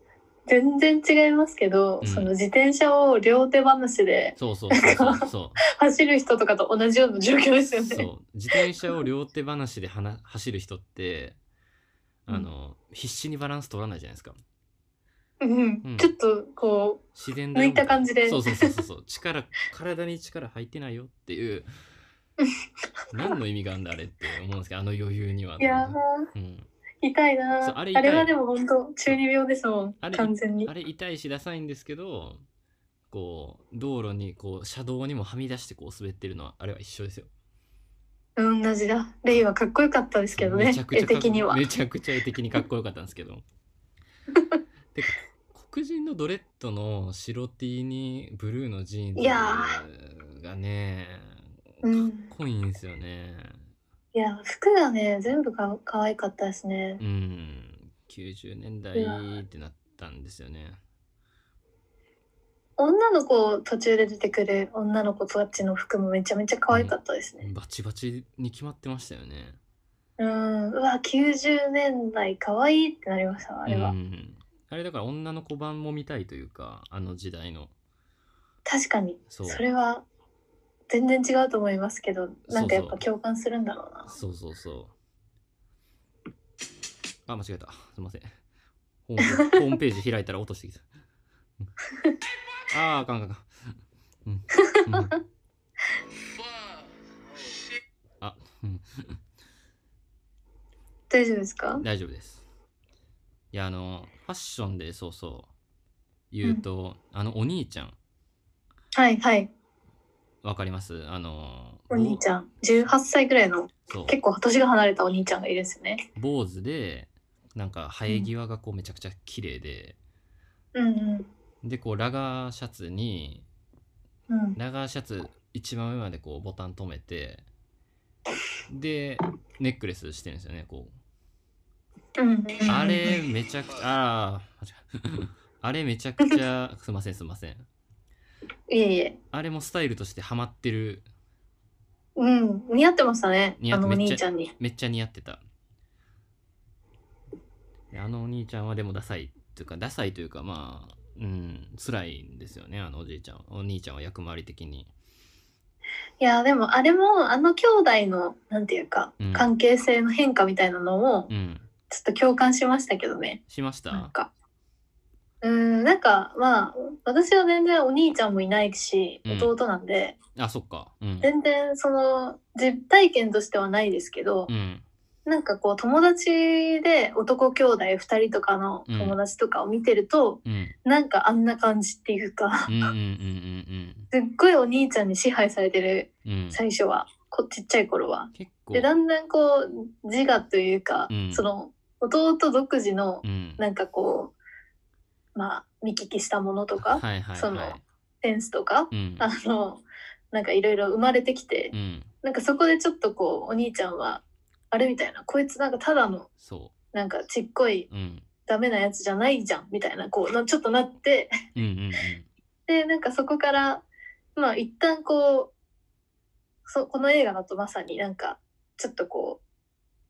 全然違いますけど、うんその自転車を両手話でそうそうそうそうそう走る人とかと同じような状況ですよね。そう自転車を両手話ではな走る人ってあの、必死にバランス取らないじゃないですか。うん、うんちょっとこ自然だよ抜いた感じでそうそうそうそうそう力体に力入ってないよって いう何の意味があんだあれって思うんですけどあの余裕にはういやーうん、痛いなそうああれれ痛いはでも本当中二病ですもんあれ完全にあれ痛いしダサいんですけどこう道路にこう車道にもはみ出してこう滑ってるのはあれは一緒ですようん同じだレイはかっこよかったですけどねめちゃくちゃ絵かっ的にはめちゃくちゃ絵的にかっこよかったんです けどてか黒人のドレッドの白 T にブルーのジーンいやズがねかうっんこいいんですよねいや服がね全部か可愛かったですねうん90年代ってなったんですよね女の子途中で出てくる女の子たちの服もめちゃめちゃ可愛かったですねバチバチに決まってましたよねうんうわ90年代可愛いってなりましたあれは、うん、あれだから女の子版も見たいというかあの時代の確かにそうそれは全然違うと思いますけどなんかやっそぱうそう共感するんだろうなそうそうそうあ間違えたすいませんホームペホームページ開いたら落としてきたうんあーあかんあかんあかんうんうんあ、うん、大丈夫ですか大丈夫ですいやあのファッションでそうそう言うと、あのお兄ちゃんはいはいわかりますあのお兄ちゃんゃん18歳ぐらいのそう結構年が離れたお兄ちゃんがいるんですよね坊主でなんか生え際がこうめちゃくちゃ綺麗で、うんうんでこうラガーシャツにうんラガーシャツ一番上までこうボタン止めてでネックレスしてるんですよねこううんうんあれめちゃくちゃあー間違えあれめちゃくちゃすいませんすいませんいえいえあれもスタイルとしてハマってるうん似合ってましたね似合あっのおめっちゃ兄ちゃんにめっちゃ似合ってたであのお兄ちゃんはでもダサいというかダサいというかまあうん辛いんですよねあのおじいちゃんお兄ちゃんは役回り的にいやでもあれもあの兄弟のなんていうか、うん関係性の変化みたいなのもうんちょっと共感しましたけどねしましたなんかうんなんかまあ私は全然お兄ちゃんもいないしうん弟なんで、あそっかうん全然その実体験としてはないですけどう、んなんかこう友達で男兄弟2人とかの友達とかを見てると、うんなんかあんな感じっていうか うんうんうんすっごいお兄ちゃんに支配されてるうんうんうん最初はこちっちゃい頃は。結構でだんだんこう自我というか、うんその弟独自のうんなんかこうまあ見聞きしたものとかはいはいそはのセンスとか、いうんあのなんかいろいろ生まれてきて、うんなんかそこでちょっとこうお兄ちゃんはあれみたいなこいつなんかただのそなんかちっこいううんダメなやつじゃないじゃんみたいなこうなちょっとなってうんうんでなんかそこからまあ一旦こうそこの映画だとまさになんかちょっとこう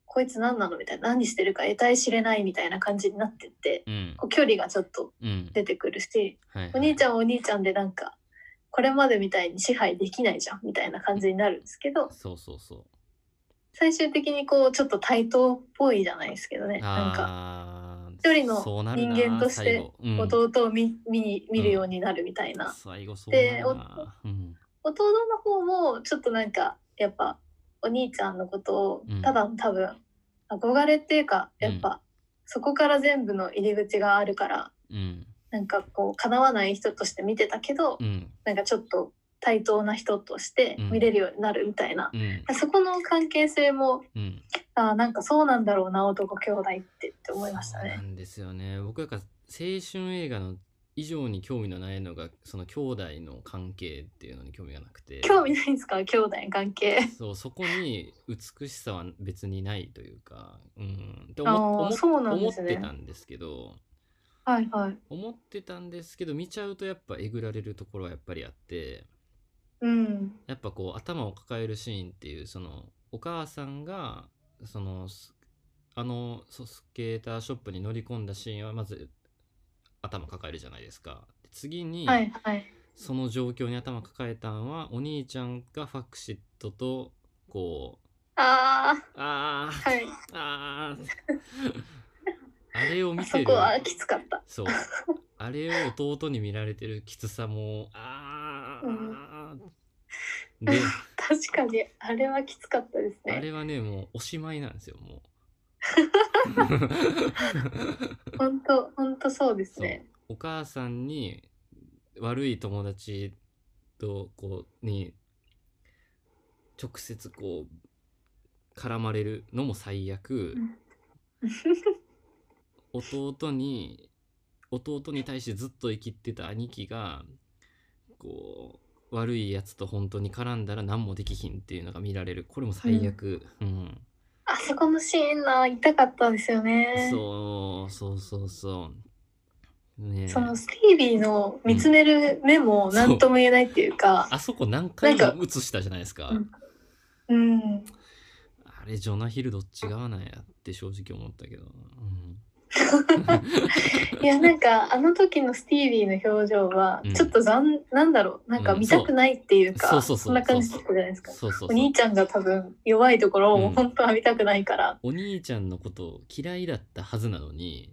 こいつ何なのみたいな何してるか得体知れないみたいな感じになってってうんうんこう距離がちょっとうん出てくるしはいお兄ちゃゃんはお兄ちゃんでなんかこれまでみたいに支配できないじゃんみたいな感じになるんですけどそうそうそ最終的にこうちょっと対等っぽいじゃないですけどねうなんかあー一人のそうなるな人間として最後うん弟を見見に見るようになるみたいな最後そうでなるなうん弟の方もちょっとなんかやっぱお兄ちゃんのことをうんただ多分憧れっていうかうんやっぱそこから全部の入り口があるからうんなんかこう叶わない人として見てたけどうんなんかちょっと対等な人として見れるようになるみたいなうんそこの関係性もうんあーなんかそうなんだろうな男兄弟ってって思いましたそうね。なんですよね僕なんか青春映画の以上に興味のないのがその兄弟の関係っていうのに興味がなくて興味ないんですか兄弟関係。そうそこに美しさは別にないというか、うん、ってあ思っー思っそうなんです思ってねた。んですけどはいはい。思ってたんですけど見ちゃうとやっぱえぐられるところはやっぱりあってうん。やっぱこう頭を抱えるシーンっていうそのお母さんがそのすあのそスケーターショップに乗り込んだシーンはまず頭抱えるじゃないですか。で次に、はいはい。その状況に頭抱えたんはお兄ちゃんがファクシットとこうあああーはい。あーあれを見そてるこはきつかった。そうあれを弟に見られてるきつさもああ、で確かにあれはきつかったですあねれはねもうおしまいなんですよも本当本当そうですね。お母さんに悪い友達とこうに直接こう絡まれるのも最悪弟に弟に対してずっと生きてた兄貴がこう悪いやつと本当に絡んだら何もできひんっていうのが見られるこれも最悪、うんあそこのシーンな痛かったですよね。そうそうそうそうねえそのスティービーの見つめる目も何とも言えないっていうか、あそこ何回なもん映したじゃないですかうんうん、あれジョナヒルどっち側なんやって正直思ったけど、うん、いやなんかあの時のスティービーの表情はうんちょっと残、なんだろうなんか見たくないっていうか、うんそうそうそうそうんな感じだったじゃないですかそうそうそうお兄ちゃんが多分弱いところうをん本当は見たくないから、お兄ちゃんのこと嫌いだったはずなのに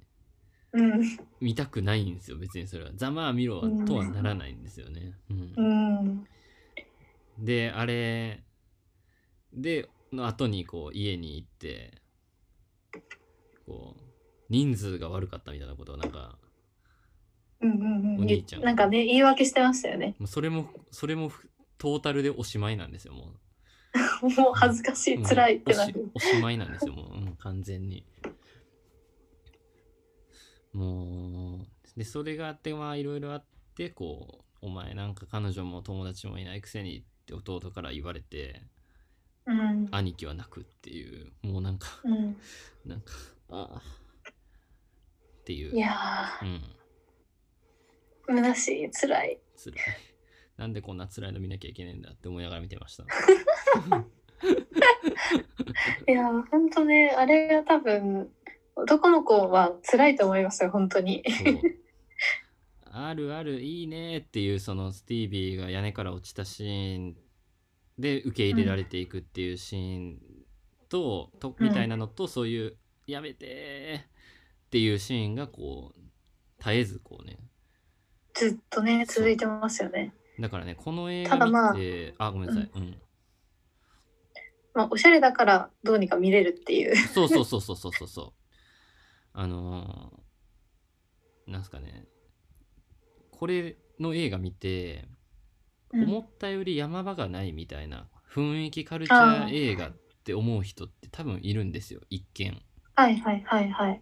うん見たくないんですよ別にそれはざまあ見ろうんとはならないんですよね、うんうんであれでの後にこう家に行ってこう人数が悪かったみたいなことをなんかうんうんうおん兄ちゃんなんかね言い訳してましたよねもうそれもそれもトータルでおしまいなんですよもうもう恥ずかしい辛いってなうんるおしおしまいなんですよもう、うん完全にもうでそれがあってまあいろいろあってこうお前なんか彼女も友達もいないくせにって弟から言われてうん兄貴は泣くっていうもうなんかうんなんかああっていういやうんー虚しい辛い辛いなんでこんな辛いの見なきゃいけないんだって思いながら見てましたいやー本当ねあれが多分男の子は辛いと思いますよ本当にそうあるあるいいねっていうそのスティービーが屋根から落ちたシーンで受け入れられていくっていうシーンと,と、うんみたいなのとそういう「やめて!」っていうシーンがこう絶えずこうねずっとね続いてますよねだからねこの映ただま画あ見て、あ、ごめんなさい、うんまあおしゃれだからどうにか見れるっていうそうそうそうそうそうそうそうあのー、なんすかねこれの映画見て思ったより山場がないみたいな雰囲気カルチャあー映画って思う人って多分いるんですよ一見はいはいはいはい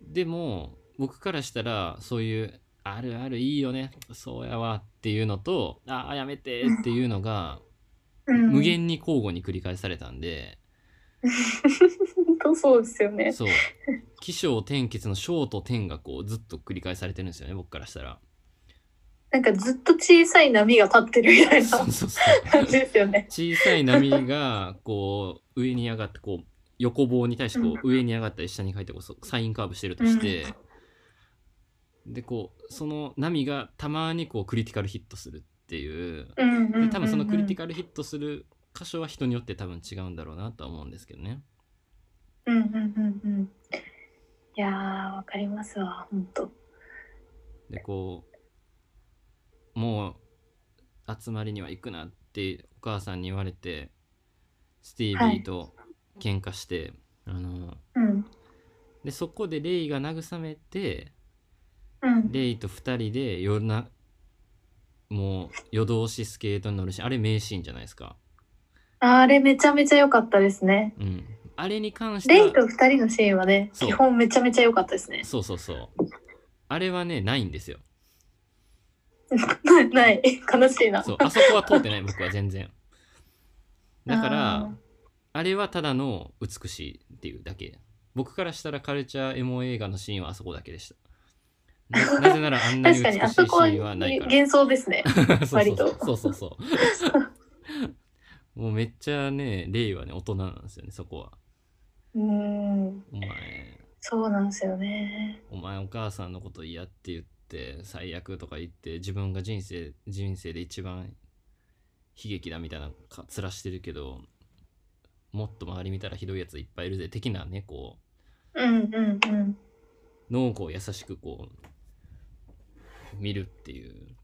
でも僕からしたらそういうあるあるいいよねそうやわっていうのとああやめてっていうのがうん無限に交互に繰り返されたんで、本当そうですよねそう起承転結の小と点がこうずっと繰り返されてるんですよね僕からしたらなんかずっと小さい波が立ってるみたいそなうそうそ感うじですよね小さい波がこう上に上がってこう横棒に対してこう上に上がったり下に書いてこうそサインカーブしてるとして、でこうその波がたまにこうクリティカルヒットするっていううんうんうんうんで多分そのクリティカルヒットする箇所は人によって多分違うんだろうなとは思うんですけどね。うんうんうんうんいやーわかりますわ本当でこうもう集まりには行くなってお母さんに言われてスティーはビーいと喧嘩して、あのうんでそこでレイが慰めてうんレイと2人で夜なもう夜通しスケートに乗るしあれ名シーンじゃないですか、あれめちゃめちゃ良かったですねうん、あれに関してはレイと二人のシーンはねそう基本めちゃめちゃ良かったですね そうそうそうあれはねないんですよない悲しいなそうあそこは通ってない僕は全然だからああーれはただの美しいっていうだけ僕からしたらカルチャーエモ映画のシーンはあそこだけでしたな なぜならあんなに確美かしいシにあそこはーンはないから幻想で すねそうそう割そとうそうそうそう もうめっちゃねレイはね大人なんですよねそこはうんお前そうなんですよねお前お母さんのこと嫌って言って最悪とか言って自分が人生人生で一番悲劇だみたいなのか面してるけどもっと周り見たらひどいやついっぱいいるぜ的なねこうんうんうんう脳をこう優しくこう見るっていう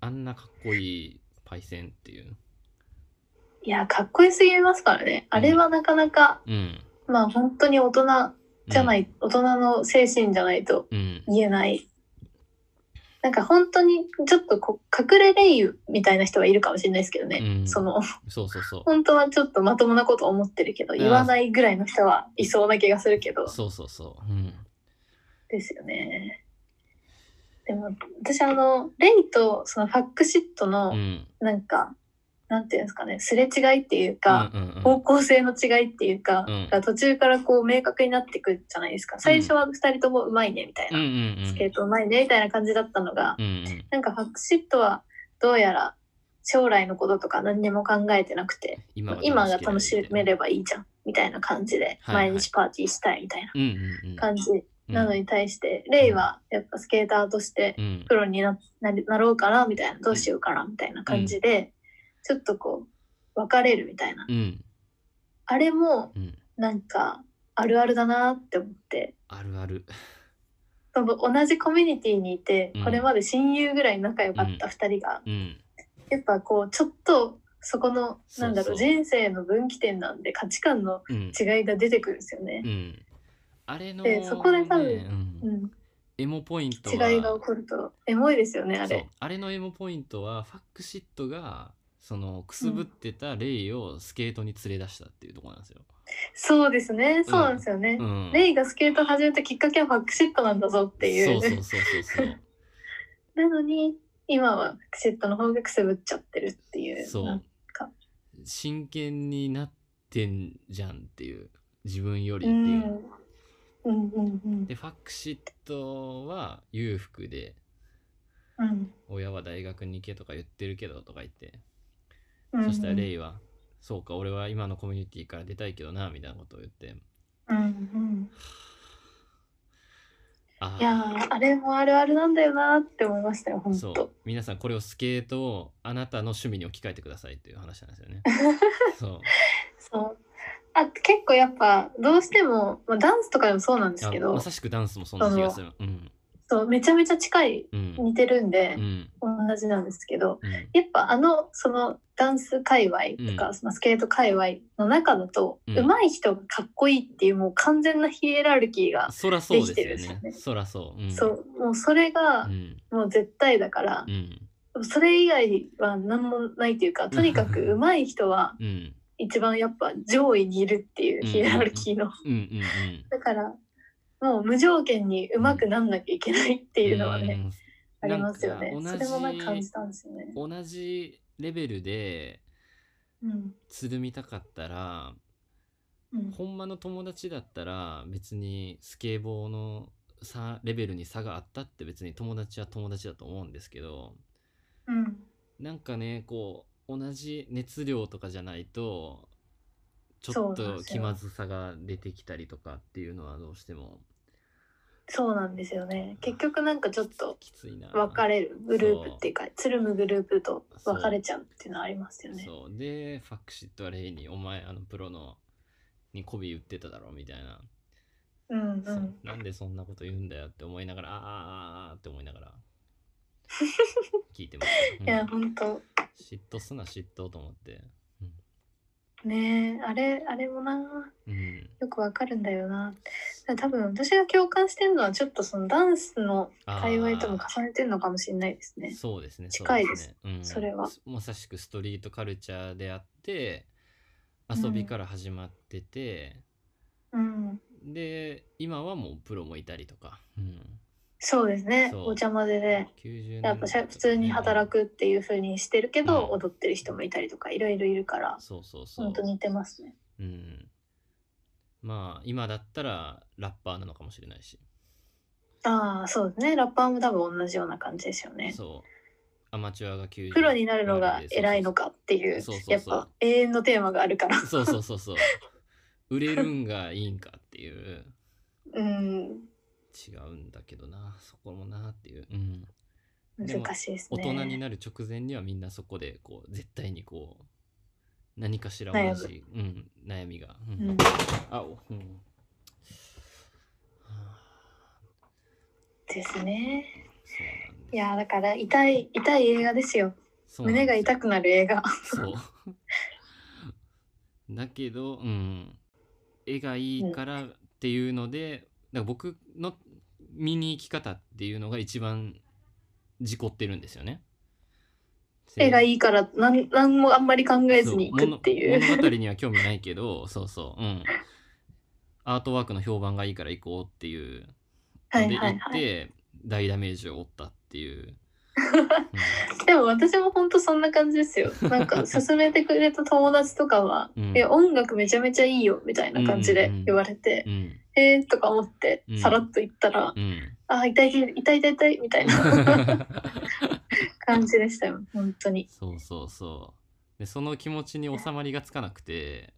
あんなかっこいいパイセンっていういやかっこよすぎますからねあれはなかなかうんまあ本当に大人じゃない、大人の精神じゃないとうん言えない。なんか本当にちょっとこう隠れ霊友みたいな人はいるかもしれないですけどね、うんそのそうそうそう本当はちょっとまともなこと思ってるけどん言わないぐらいの人はいそうな気がするけどそうそうそううんですよね。でも私あの霊とそのファックシットうのんなんか、なんていうんですかねすれ違いっていうか、うんうんうん方向性の違いっていうか、うんが途中からこう明確になってくるじゃないですか最初は2人ともうまいねみたいうんうな、んうんスケートうまいねみたいな感じだったのが、うんうんなんかファクシットはどうやら将来のこととか何にも考えてなくて今今が楽しめばればいいじゃんみたいな感じではいはい毎日パーティーしたいみたいなうんうんうん感じなのに対して、んレイはやっぱスケーターとしてうんプロになななろうかなみたいなどうしようかなみたいな感じで、ちょっとこう分かれるみたいな、うんあれもうんなんかあるあるだなって思ってあるあるその同じコミュニティにいて、うんこれまで親友ぐらい仲良かった2人が、うんやっぱこうちょっとそこのそうそうなんだろう人生の分岐点なんで価値観のうん違いが出てくるんですよねう。んあれのでそこで多分ねううんん、エモポイントは違いが起こるとエモいですよねあそうれ。あれのエモポイントはファックシットがそのくすぶってたレイをスケートに連れ出したっていうところなんですよ。そうですねそうなんですよね。うん、っレイがスケート始めたきっかけはファックシットなんだぞっていうそうそうそうそうそう。 なのに今はファックシットの方がくすぶっちゃってるっていうそうなんか真剣になってんじゃんっていう自分よりうっていんう。うんうんうんでファックシットは裕福でうん親は大学に行けとか言ってるけどとか言ってうんそしたらレイは「そうか俺は今のコミュニティから出たいけどな」みたいなことを言ってうんうんあいやーあれもあるあるなんだよなーって思いましたよ本そう当皆さんこれをスケートをあなたの趣味に置き換えてくださいっていう話なんですよ ね。そうそうあ結構やっぱどうしても、まあ、ダンスとかでもそうなんですあけどまさしくダンスもそんな気がする。うんそうめちゃめちゃ近いうん似てるんでう、ん同じなんですけどうんやっぱあのそのダンス界隈とか、うんそのスケート界隈の中だと、うん上手い人がかっこいいっていうもう完全なヒエラルキーが、そらそうできてでるんですすよよね。ねそらそう。うん、そうもうそれがうんもう絶対だからう、んそれ以外は何もないというかと にかく上手い人はうん一番やっぱ上位にいるっていうヒエラルキーの、うんうんうん。だからもう無条件に上手くなんなきゃいけないっていうのはね、うんありますよねなそんかれもなん同か感じじたんですよね、同じレベルでうんつるみたかったらうん、ほんまの友達だったら別にスケボーの差レベルに差があったって別に友達は友達だと思うんですけどうんなんかねこう同じ熱量とかじゃないとちょっそうなんとです気よまずさが出てきたりとかっていうのはどうしてもそうなんですよね結局なんかちょっときついな分かれるグループっていうかつるむグループと分かれちゃうっていうのはありますよねそうでファクシットはレイに「お前あのプロのに媚び売ってただろ」みたいな、うんうそうんなんでそんなこと言うんだよって思いながら「あーあーあーあーって思いなが ら聞いてました、うんいや本当嫉妬すな嫉妬と思って、ねえあれあれもなうん、よくわかるんだよなだから多分私が共感してるのはちょっとそのダンスの界隈とも重ねてるのかもしれないですねそうですね近いですそうねうんそれはまさしくストリートカルチャーであって遊びから始まってて、うんで今はもうプロもいたりとか、うん、そうですねそうお茶までで90年やっぱしゃ普通に働くくっていう風にしてるけど、うん踊ってる人もいたりとかいろいろいるからそうそうそう本当似てますねうん、まあ今だったらラッパーなのかもしれないし、ああそうですねラッパーも多分同じような感じですよねそうアマチュアが90プロになるのが偉いのかっていうそうそうそうやっぱ永遠のテーマがあるからそうそうそう そう売れるんがいいんかっていううん違うんだけどなそこもなっていう、うん、でも難しいです大ね人になる直前にはみんなそこでこう絶対にこう何かしら同じ悩み,、うん、悩みが、うんうんあおうんはあでそうすねなんですいやーだから痛い痛い映画ですよそうなんです胸が痛く なる映画そう。だけど、うん。え絵がいいからっていうので、なんか僕の見に行き方っていうのが一番事故ってるんですよね。絵がいいから何何もあんまり考えずに行そうくっていう。物物語には興味ないけ どそうそううんアートワークの評判がいいから行こうっていうはいでは行っいはい。て大ダメージを負ったって いう、でも私も本当そんな感じですよ。な んか勧めてくれた友達とかは、うんえ、音楽めちゃめちゃいいよみたいな感じで言われて、うんうんえーとか思ってうんさらっと言ったら、うん あ、痛い痛い痛い痛い痛いみたいな感じでし たよ。本当に。そうそうそうでその気持ちに収まりがつかなくて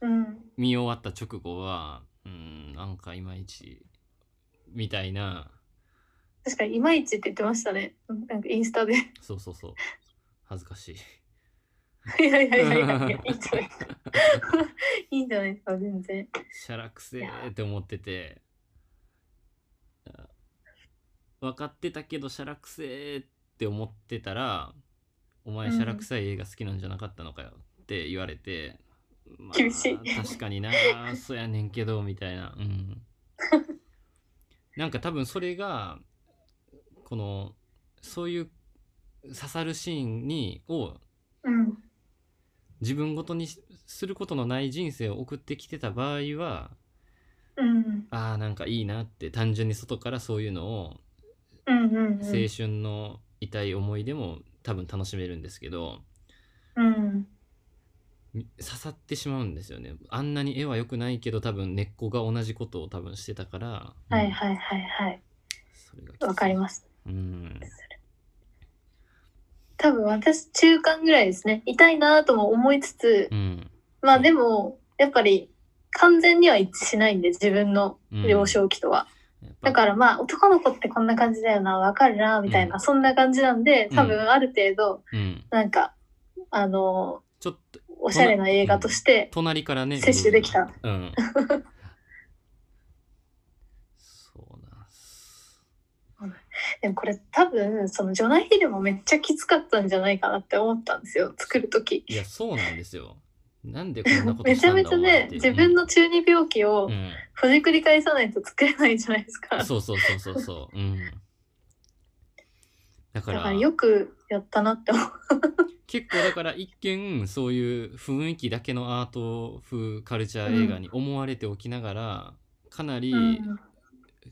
うん。見終わった直後はうんなんかいまいちみたいな確かにいまいちって言ってましたね。うんなんかインスタで。い そうそうそう恥ずかしいやいやいやいやい や、いいんじゃないですか。いいんじゃないですか、全然。しゃらくせえって思っててあ分かってたけどしゃらくせえって思ってたら「お前うんしゃらくさい映画好きなんじゃなかったのかよ」って言われて、まあ厳しい確かにな そうやねんけどみたいなうんなんか多分それがこのそういう刺さるシーンにをうん。自分ごとにしすることのない人生を送ってきてた場合はうん。あーなんかいいなって単純に外からそういうのをうんうん青春の痛い思い出も多分楽しめるんですけどうん。うん。み刺さってしまうんですよねあんなに絵は良くないけど多分根っこが同じことを多分してたから、うんはいはいはいはい。それがきついわかります。うん多分私中間ぐらいですね。痛いなぁとも思いつつ、うんまあでも、やっぱり完全には一致しないんで、自分のうん幼少期とは。だかららまあ男の子ってこんな感じだよな、わかるな、みたいな、うんそんな感じなんで、多う分ある程度、うんなんか、あの、ちょっとおしゃれな映画として、隣からね摂取できたうんそうなんすでもこれ多分、そのジョナヒルもめっちゃきつかったんじゃないかなって思ったんですよ、作るとき。いやそうなんですよなんでこんなことめしちたゃんだめちゃお前ねっ、て自分の中二病気をうんほじくり返さないと作れないじゃないですか。そうそうそうそうそう。うん。だかだらからよくやったなって思う。結構だから一見そういう雰囲気だけのアート風カルチャー映画に思われておきながら、かなりうん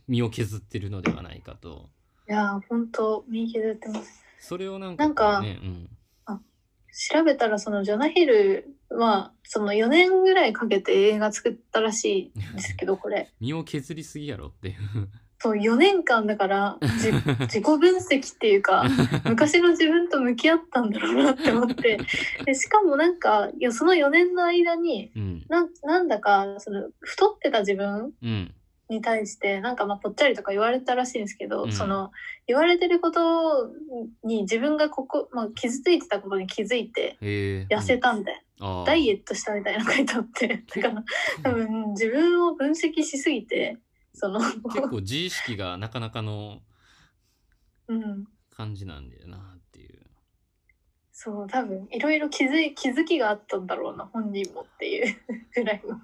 身を削ってるのではないかと。いやー、本当身削ってます。それをなんなんかかね、うん、調べたらそのジョナヒルはその4年ぐらいかけて映画作ったらしいんですけどこれ身を削りすぎやろっていう。 そう4年間だからじ自己分析ってい うか昔の自分と向き合ったんだろうなって思ってでしかもなんかいやその4年の間にうん。なんなんだかその太ってた自分うん。に対してなんかまあぽっちゃりとか言われたらしいんですけど、うんその言われてることに自分がここ、まあ、傷ついてたことに気づいてへえ。痩せたみたいな。ダイエットしたみたいなの書いてあって、だから多分自分を分析しすぎて、その、ト結構自意識がなかなかの うん、感じなんだよなっていう。そう、多分いろいろ気づい気づきがあったんだろうな、本人もっていう ぐらいの。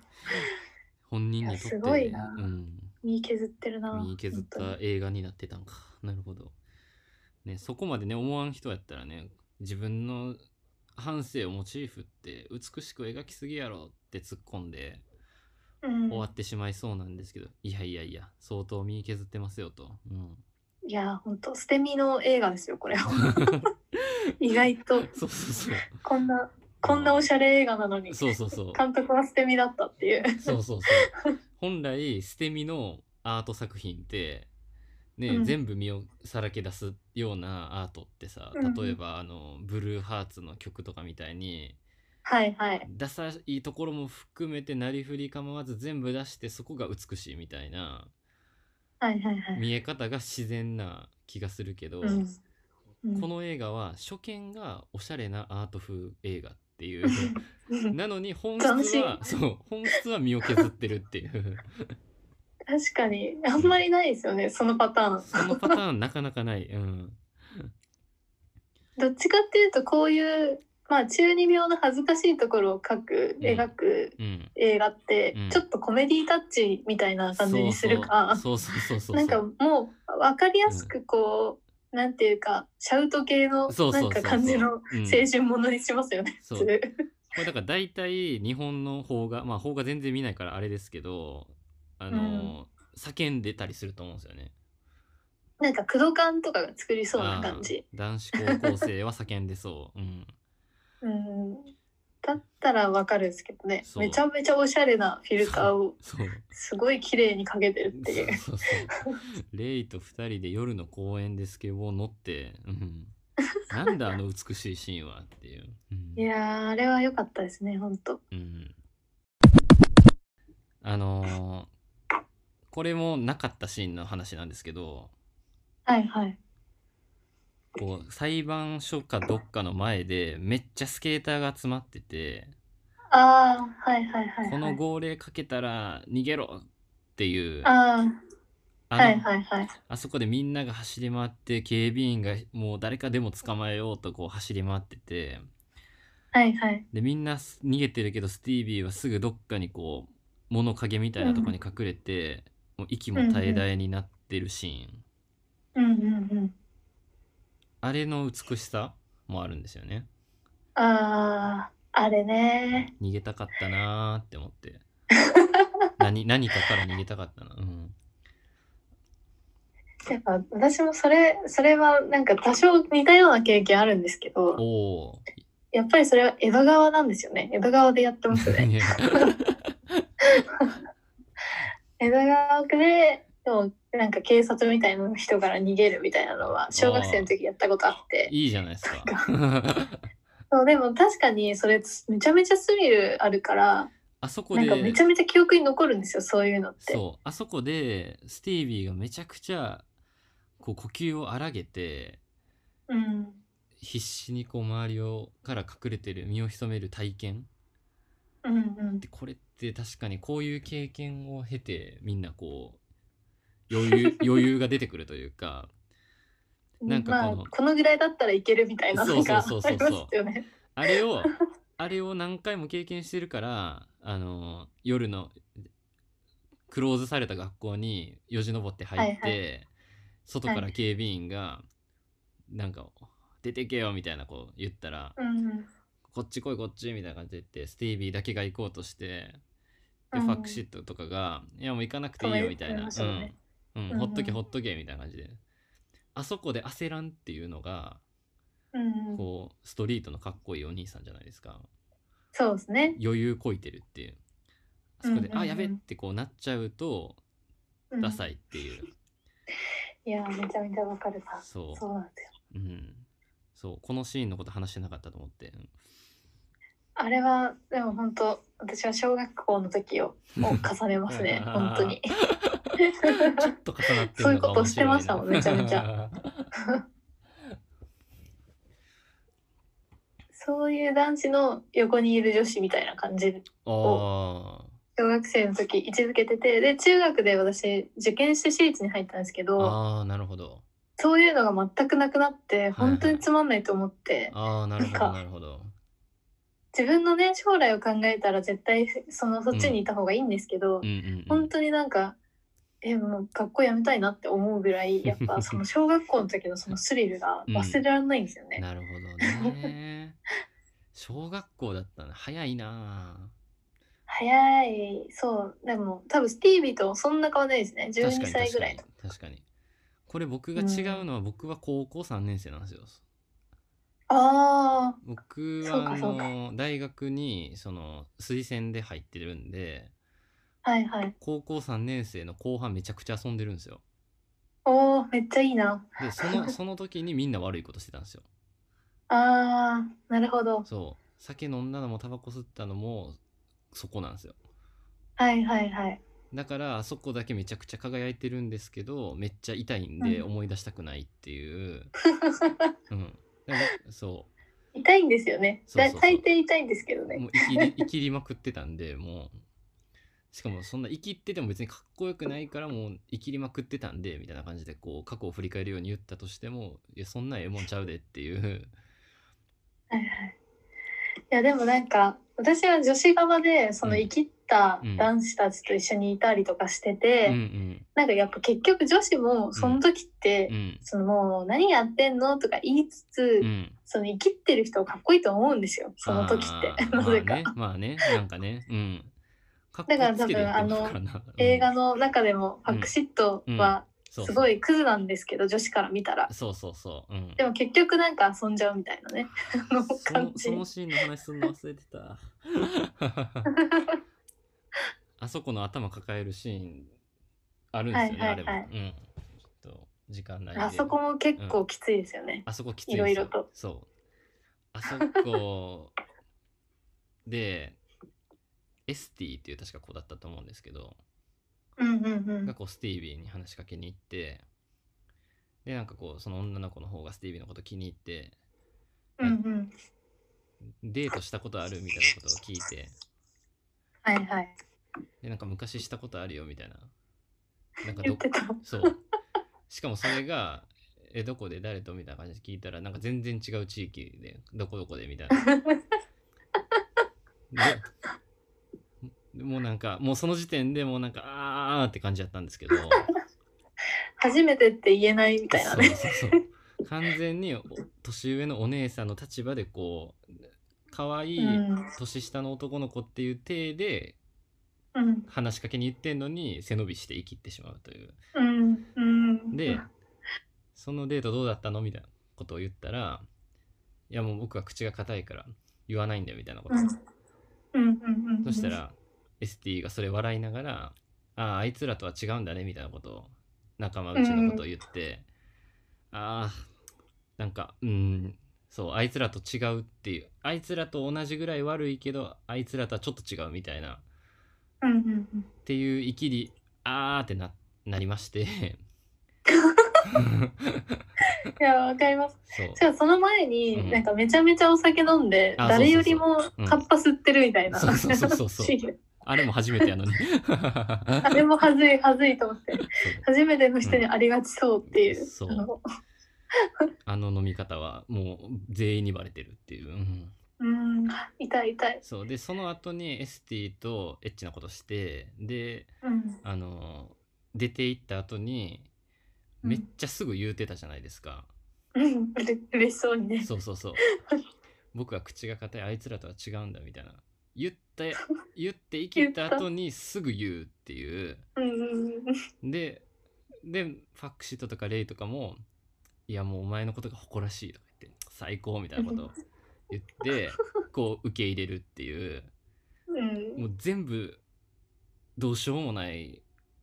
本人にとって。いやすごいなうん。身削ってるな。身削った本映画になってたんか。なるほど。ね、そこまでね、思わん人やったらね、自分の半生をモチーフって美しく描きすぎやろって突っ込んで当に終うわん、ってしまいそうなんですけど、いやいやいや、相当身削ってますよと。うん。いや、本当捨て身の映画ですよ、これは。意外と、 そうそうこんな、こんなおしゃれ映画なのに、そう。そうそうそう。監督は捨て身だったっていう。そうそうそう。本来、捨て身のアート作品って、ね、うん全部身をさらけ出すようなアートってさうん例えば、あのブルーハーツの曲とかみたいにはいはい。ダサいところも含めてなりふり構わず全部出してそこが美しいみたいなはいはいはい。見え方が自然な気がするけど、うんうんこの映画は初見がおしゃれなアート風映画っていう なのに本質はそう本質は身を削ってるっていう 確かに、あんまりないですよね、そのパターン。そのパターンなかなかない、うん、どっちかっていうとこういうまあ中二病の恥ずかしいところを描く、うん描くうん映画って、うんちょっとコメディタッチみたいな感じにするか、そうそうそうそうそうなんかもう分かりやすくこう、なんていうかシャウト系のそうそうそなんうそかう感じうんの青春ものにしますよね、そう普通これだから大体日本の邦画まあ邦画全然見ないからあれですけどあのー、叫んでたりすると思うんですよねなんか工藤感とかが作りそうな感じあー男子高校生は叫んでそう、うん、うんだったら分かるんですけどねそうめちゃめちゃおしゃれなフィルターをそうすごい綺麗にかけてるっていうそうそうそうレイと2人で夜の公園でスケボー乗って、うん、なんだあの美しいシーンはっていう、うんいやーあれは良かったですね本当うん、あのーこれもなかったシーンの話なんですけどはいはいこう裁判所かどっかの前でめっちゃスケーターが集まっててああはいはいはい、はい、この号令かけたら逃げろっていうあああのはいはいはいあそこでみんなが走り回って警備員がもう誰かでも捕まえようとこう走り回っててはいはいでみんなす逃げてるけどスティービーはすぐどっかにこう物陰みたいなとこに隠れて、もう息も絶え絶えになってるシーン、うんうんうんあれの美しさもあるんですよねあああれね逃げたかったなーって思って 何何かから逃げたかったなうんやっぱ私もそれそれはなんか多少似たような経験あるんですけおどおやっぱりそれは江戸川なんですよね江戸川でやってま すね江戸川区ででもなんか警察みたいな人から逃げるみたいなのは小学生の時やったことあっていいじゃないですか そうでも確かにそれめちゃめちゃスリルあるからあそこなでんかめちゃめちゃ記憶に残るんですよそういうのって。そうあそこでスティービーがめちゃくちゃこう呼吸を荒げてうん必死にこう周りをから隠れてる身を潜める体験うんうんで、これって確かにこういう経験を経てみんなこう余 裕余裕が出てくるというかなんかこのまあ、このぐらいだったらいけるみたいなのがありそうまそうそうすそうそうよね。あれをあれを何回も経験してるからあの夜のクローズされた学校によじ登って入って、は外から警備員がなんか「出てけよ」みたいなこう言ったらうん「こっち来いこっち」みたいな感じで言ってスティービーだけが行こうとしてでうんファックシットとかが「いやもう行かなくていいよ」みたい止めなましたよね「うん、ううんうんん、ほっとけほっとけ」みたいな感じであそこで焦らんっていうのがうんうん、こうストリートのかっこいいお兄さんじゃないですか。そうですね。余裕こいてるっていうあそこで「うんうんうんあやべ」ってこうなっちゃうとうんダサいっていう、いやーめちゃめちゃわかるな。そそうなんですよ。う、うん、そうこのシーンのこと話してなかったと思ってう んあれはでも本当私は小学校の 時をもう重ねますね本当に。ちょっと重なってそうるいうのが面白いことなしてましたもんめちゃめ ちゃそういう男子の横にいる女子みたいな感じであ小学生の時位置づけててで中学で私受験して私立に入ったんですけーどあーなるほどそういうのが全くなくなって本当につまんないと思って、ああなるほなんどかなるほど自分のね将来を考えたら絶対そのそっちにいた方がいいんですけど、うんうん、うん、本当になんかえもう学校やめたいなって思うぐらいやっ ぱその小学校の時のそのスリルが忘れられないんですよね。なるほどね小学校だったな早いな早いそうでも多分スティービーとそんな変わんないですね確か12に歳確ぐからいにの。確かにこれ僕が違うのは、僕は高校3年生なんですよああ僕そうはかあそうかの大学にその推薦で入ってるんではいはい。高校3年生の後半めちゃくちゃ遊んでるんですよおおめっちゃいいな。でそ のその時にみんな悪いことしてたんですよああなるほど。そう酒飲んだのもタバコ吸ったのもそこなんですよはいはいはい。だからあそこだけめちゃくちゃ輝いてるんですけどめっちゃ痛いんでうん思い出したくないっていう、 うんでもそ痛いんですよね。そうだそうそう大抵痛いんですけどうね。もう生きり生きりまくってたんでもうしかもそんな生きってても別にかっこよくないからもう生きりまくってたんでみたいな感じでこう過去を振り返るように言ったとしてもいやそんなええもんちゃうでっていうはいはい。やでもなんか私は女子側でそのうん生きった男子たちと一緒にいたりとかしてて、うんうんなんかやっぱ結局女子もその時って、うんそのもう何やってんのとか言いつつ、うんその生きってる人をかっこいいと思うんですよその時ってあー なぜか、まあねまあねなんかねうんかっこだからつけてやってますからなうん映画の中でもファクシットはそうすごいクズなんですけど、女子から見たらそうそうそううんでも結局なんか遊んじゃうみたいなねあのそ感のじそのシーンの話すんの忘れて たあそこの頭抱えるシーンあるんですよね、はいはいはあいれも、うん、ちょっと時間ないんであそこも結構きついですよね、あそこきついんですよいろいろとそうあそこでエスティっていう確か子だったと思うんですけど、うん、うんうんがこうスティービーに話しかけに行ってでなんかこうその女の子の方がスティービーのこと気に入ってうんうんデートしたことあるみたいなことを聞いてはいはいでなんか昔したことあるよみたいななんか言どってた そうしかもそれがえどこで誰とみたいな感じで聞いたらなんか全然違う地域でどこどこでみたい なででもうなんかもうその時点でもうなんかあーって感じだったんです けど初めてって言えないみたいなねそうそうそう完全にお年上のお姉さんの立場でこう可愛ういん年下の男の子っていう体でうん話しかけに行ってんのに背伸びして生きってしまうといううんうんでそのデートどうだったのみたいなことを言ったらいやもう僕は口が硬いから言わないんだよみたいなこと、うんうんうんうんそしたら ST がそれ笑いながらあああいつらとは違うんだねみたいなことを仲間内のことを言って、ああなんかうんそうあいつらと違うっていうあいつらと同じぐらい悪いけどあいつらとはちょっと違うみたいなうんうんうっんていうイキリあーってななりまして いやわかりますそうじゃあその前うんになんかめちゃめちゃお酒飲んで、あ誰よりもそううんカッパ吸ってるみたいな、そうそうそうそうそうシーンあれも初めてやのにあれもはずいはずいと思ってそう初めての人にありがちそうっていう、うんそうあのあの飲み方はもう全員にバレてるっていう、うんうん痛い痛いそうでその後にエスティとエッチなことしてでうんあの出て行った後にうんめっちゃすぐ言うてたじゃないですか、うんうれ嬉しそうにねそう そうそう僕は口が硬いあいつらとは違うんだみたいな言って言って生きた後にすぐ言うっていううんうんうんででファックシートとかレイとかも「いやもうお前のことが誇らしい」とか言って「最高」みたいなこと を言ってこう受け入れるっていううんもう全部どうしようもない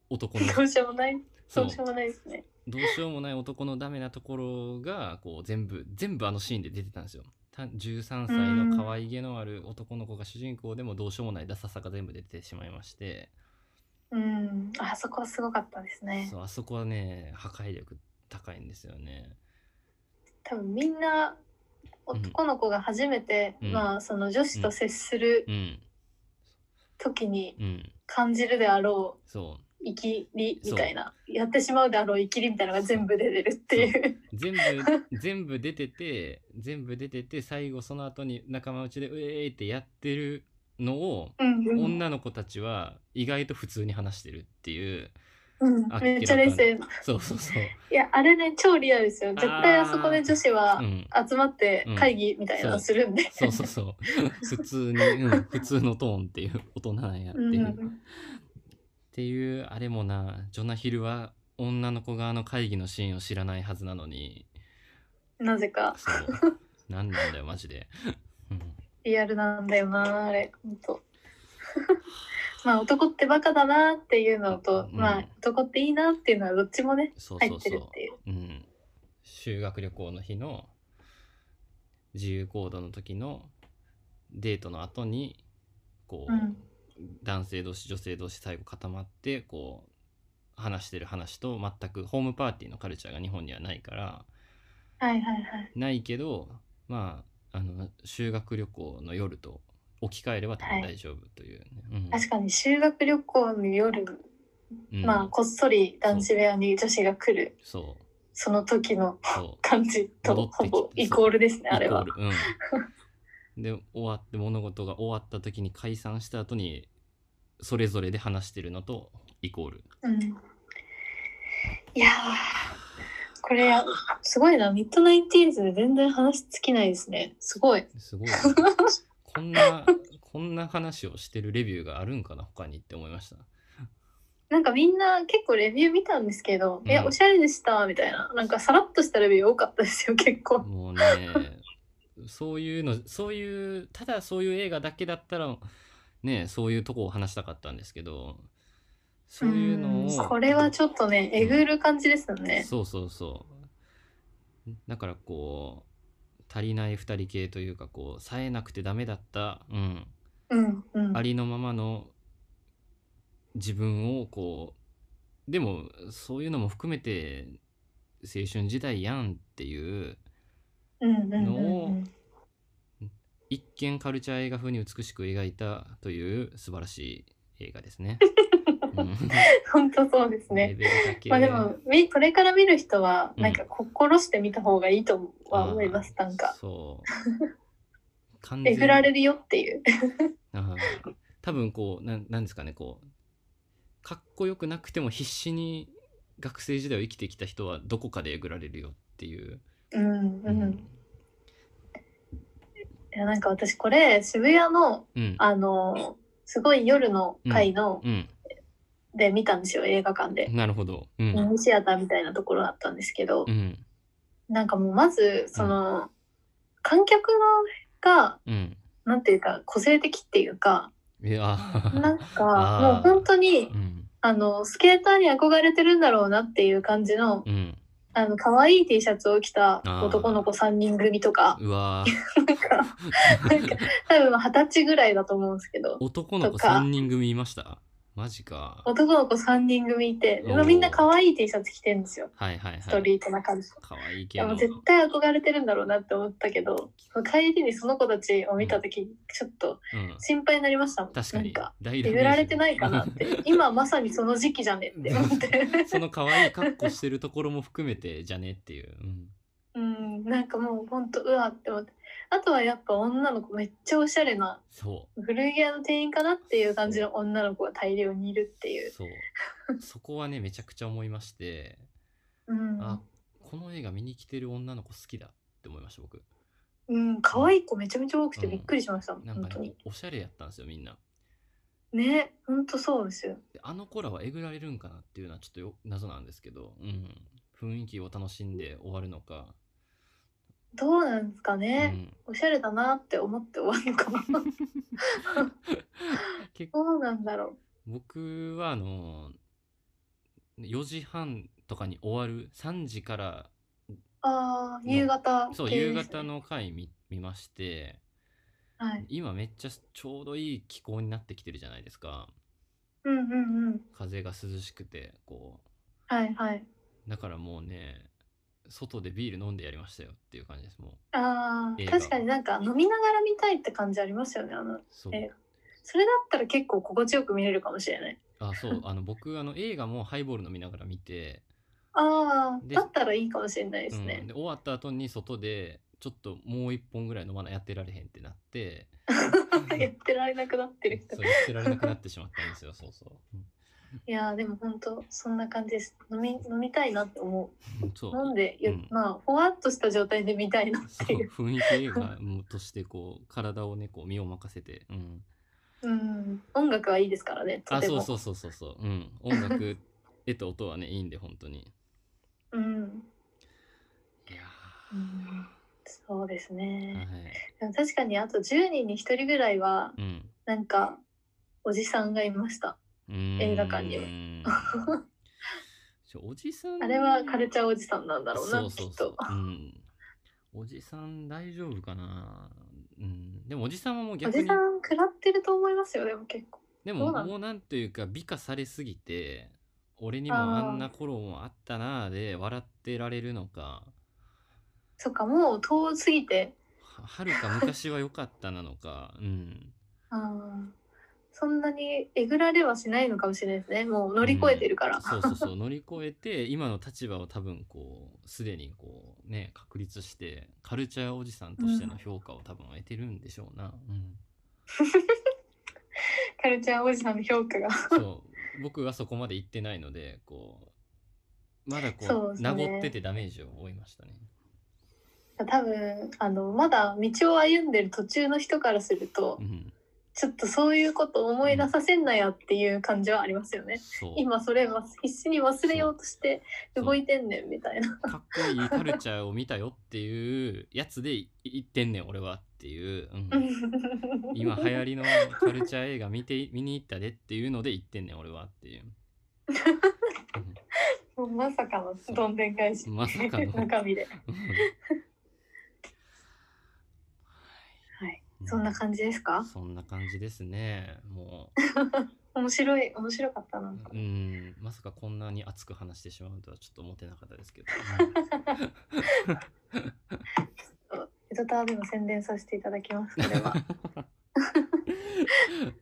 男の どうしようもないそうどうしようもないですねどうしようもない男のダメなところがこう全部全部あのシーンで出てたんですよた13歳の可愛げのある男の子が主人公でもどうしようもないダサさが全部出てしまいまして、うんあそこはすごかったですねそうあそこはね破壊力高いんですよね多分みんな男の子が初めて、うんまあその女子と接するうん時にうん感じるであろそうう生きりみたいなやってしまうであろう生きりみたいなのが全部出てるっていう全部 全部出てて全部出てて最後その後に仲間内でウェーってやってるのをうんうん女の子たちは意外と普通に話してるっていううんあめっちゃ冷静そうそうそういやあれね超リアルですよ絶対あそこで女子はうん集まって会議みたいなのするんで、そうそうそう 普通に、うん、普通のトーンっていう大人なんやってういんう、うっんていうあれもなジョナヒルは女の子側の会議のシーンを知らないはずなのになぜかそう 何なんだよマジで、うん、リアルなんだよなあれ本当 まあ男ってバカだなっていうのと、うんまあ男っていいなっていうのはどっちもねそう入そうってそるうっていううん、修学旅行の日の自由行動の時のデートの後にこう、うん男性同士女性同士最後固まってこう話してる話と全くホームパーティーのカルチャーが日本にはないからはいはいはいないけどまああの修学旅行の夜と置き換えれば多分大丈夫というね、うん確かに修学旅行の夜、うんまあこっそり男子部屋に女子が来るそうその時のそう感じと戻ってきてほぼイコールですねあれはイコールうんで終わって物事が終わった時に解散した後にそれぞれで話してるのとイコールうん。いやー、これ、すごいな。ミッドナインティーンズで全然話尽きないですね。すごい。すごいねこんなこんな話をしてるレビューがあるんかな他にって思いましたなんかみんな結構レビュー見たんですけど、うんいや、おしゃれでした、みたいな。なんかさらっとしたレビュー多かったですよ、結構。もうねそういうのそういうただそういう映画だけだったらねそういうとこを話したかったんですけどそういうのうんをこれはちょっとね、えぐる感じですよね。そうそうそうだからこう足りない2人系というかこう冴えなくてダメだった、うん、うん、うん。ありのままの自分をこうでもそういうのも含めて青春時代やんっていううん、うんうんうのん。一見カルチャー映画風に美しく描いたという素晴らしい映画です ね。うん本当そうですレね。ベルだけまあでも、みこれから見る人は、うんなんか心してみた方がいいとは思います。あーなんか、 そう。完え全ぐられるよっていう。あー多分こうなんなんですかねこうかっこよくなくても必死に学生時代を生きてきた人はどこかでえぐられるよって いう。ううん、うん。いやなんか私これ渋谷のうん。あのすごい夜の回の、うん。で見たんですよ映画館で、なるほど。うん。ミニシアターみたいなところだったんですけど、うん。なんかもうまずその、観客のがうん。なんていうか個性的っていうかいや。なんかあーもう本当にうん。あのスケーターに憧れてるんだろうなっていう感じのうん。あの可愛い T シャツを着たー男の子3人組と かうわー。なんかなんか多分二十歳ぐらいだと思うんですけど男の子とか3人組いましたマジか男の子3人組いて、おーみんな可愛い T シャツ着てるんですよ。はいはいスはトいリートな感じ。かわいいいけやもどう絶対憧れてるんだろうなって思ったけど、その帰りにその子たちを見たとき、ちょっとうん、心配になりましたもん。確かになんか、大ダえメージぐられてないかなって。今まさにその時期じゃねって思って。その可愛い格好してるところも含めてじゃねっていう、うん、 うん、なんかもうほんと、うわって思って。あとはやっぱ女の子めっちゃおしゃれな、そ古着屋の店員かなっていう感じの女の子が大量にいるっていうう。そうそこはねめちゃくちゃ思いましてうん。あこの映画見に来てる女の子好きだって思いました僕うん、可愛い子めちゃめちゃ多くてびっくりしましたもん、なん本か当にね。おしゃれやったんですよみんなね、本当そうですよ。であの子らはえぐられるんかなっていうのはちょっとよ謎なんですけど、うん、雰囲気を楽しんで終わるのか、どうなんですかうね、ん、 おしゃれだなって思って終わるのかな。 結どうなんだろ僕はあの4時半とかに終わる3時からう。ああ、夕方、そう系夕ですね方。の回見見ましてはい。今めっちゃちょうどいい気候になってきてるじゃないですかうんうんうん。風が涼しくてこはいはい。うだからもうね外でビール飲んでやりましたよっていう感じですもあ映あ、画確かになんか飲みながら見たいって感じありますよね。あの、うそうえそれだったら結構心地よく見れるかもしれない。あそうあの僕あの映画もハイボール飲みながら見て、ああ、でだったらいいかもしれないですうんね。で終わった後に外でちょっともう一本ぐらい飲まないやってられへんってなってうん やってられなくなってる人。そうやってられなくなってしまったんですよそうそう、うんいやーでも本当そんな感じです。飲み飲みたいなって思。そうう飲んで、ゆうんまあほわっとした状態で見たいなそっうていう。雰囲気映画としてこう体をねこう身を任せて、うん、うん、音楽はいいですからね。とあてそもうそうそうそうそう、うん、音楽絵と音はねいいんで本当にうん、いやうんそうですーね。はいでも確かにあと10人に1人ぐらいはうんなんかおじさんがいました。うーん映画館には ちょおじさんあれはカルチャーおじさんなんだろうなそうそうそうきっと。うん、おじさん大丈夫かな、うん、でもおじさんはもうお逆じにさん食らってると思いますよでも結構。でどもうなのもうなんというか美化されすぎて俺にもあんな頃もあったなあで笑ってられるのかそっかもう遠すぎて。ははるか昔は良かったなのか、うん、うんそんなにえぐられはしないのかもしれないですねもう乗り越えてるから、そうそうそう乗り越えて今の立場を多分こうすでにこうね確立してカルチャーおじさんとしての評価を多分得てるんでしょうな、うん、カルチャーおじさんの評価がそう 僕はそこまで行ってないのでこうまだこそううですね名残っててダメージを負いましたね 多分あのまだ道を歩んでる途中の人からするとうんちょっとそういうことを思い出させんなやっていう感じはありますよね。そう今それは必死に忘れようとして動いてんねんみたいな。かっこいいカルチャーを見たよっていうやつで言ってんねん俺はっていう、うん 今流行りのカルチャー映画見て見に行ったでっていうので言ってんねん俺はっていう、もうまさかのどんでん返し。まさかの中身で。うんはい。 そんな感じですかそんな感じですねも面白い、面白かったな。ううんまさかこんなに熱く話してしまうとはちょっと思ってなかったですけど、エドタワーでも宣伝させていただきます。これ は。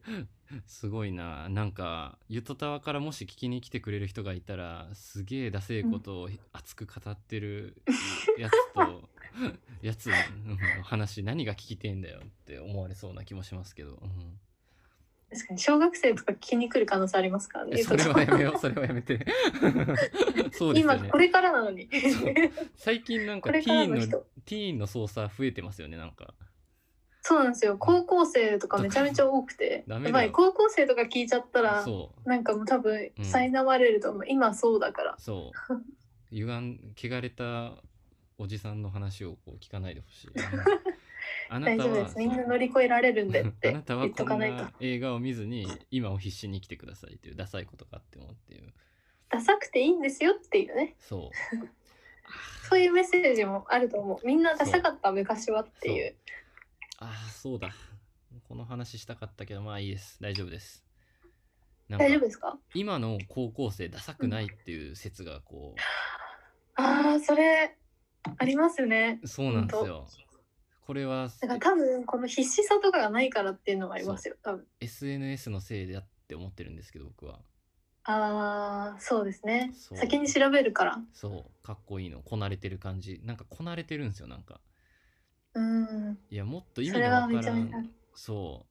うんすごいななんかゆとたわからもし聞きに来てくれる人がいたらすげえダセえことを熱く語ってるやつ と、やつの話何が聞きてえんだよって思われそうな気もしますけど、うん確かに小学生とか聞きに来る可能性ありますからね。えそれはやめようそれはやめ てそうです今よねこれからなのに。そう最近なんか こテれィからーのン人のティーンの操作増えてますよねなんかそうなんですよ。高校生とかめちゃめちゃ多くて。 ダやメだよばい、高校生とか聞いちゃったら、そうなんかもう多分、うん苛まれると思う。今そうだから。そう歪ん汚れたおじさんの話をこう聞かないでほしいあ な大た丈夫ではす。みんな乗り越えられるんでっそうあ なてたは言っことかんないとな。映画を見ずに今を必死に生きてくださいっていうダサいことがあってもっていうダサくていいんですよっていうね。そうそういうメッセージもあると思う。みんなダサかった昔はっていう。ああそうだこの話したかったけどまあいいです大丈夫ですなんか大丈夫ですか今の高校生ダサくないっていう説がこうああ、それ、ありますね。そうなんですよ。これはだから多分、この必死さとかがないからっていうのもありますよ。多分。 SNS のせいだって思ってるんですけど僕は。ああ、そうですね。そう先に調べるから。そうかっこいいのこなれてる感じなんかこなれてるんですよなんか。うん。いやもっと意そ味れがは分めかちゃらめちゃん。そ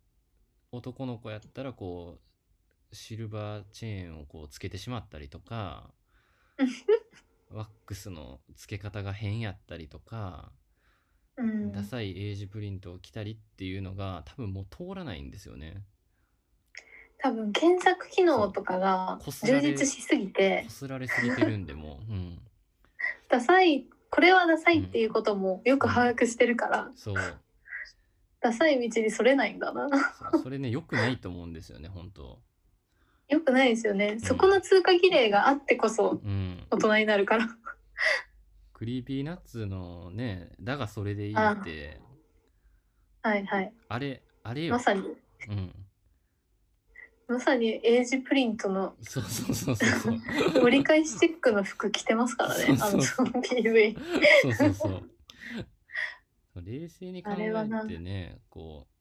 う男の子やったらこうシルバーチェーンをこうつけてしまったりと かワックスのつけ方が変やったりとか、うん。ダサいエイジプリントを着たりっていうのが多分もう通らないんですよね。多分検索機能とかがそうこすら充れ実しすぎてこすられすぎてるんでもう、うん、ダサいこれはダサいっていうこともよく把握してるから、そうダサい道にそれないんだな そうそれね良くないと思うんですよね本当よくないですよねそこの通過儀礼があってこそうん大人になるから クリーピーナッツのねだがそれでいいってはいはいあれあれよ、まさにうんまさにエイジプリントのそうそうそうそうそう折り返しチェックの服着てますからねあのそう PV そうそうそう冷静に考あれはえなてねこう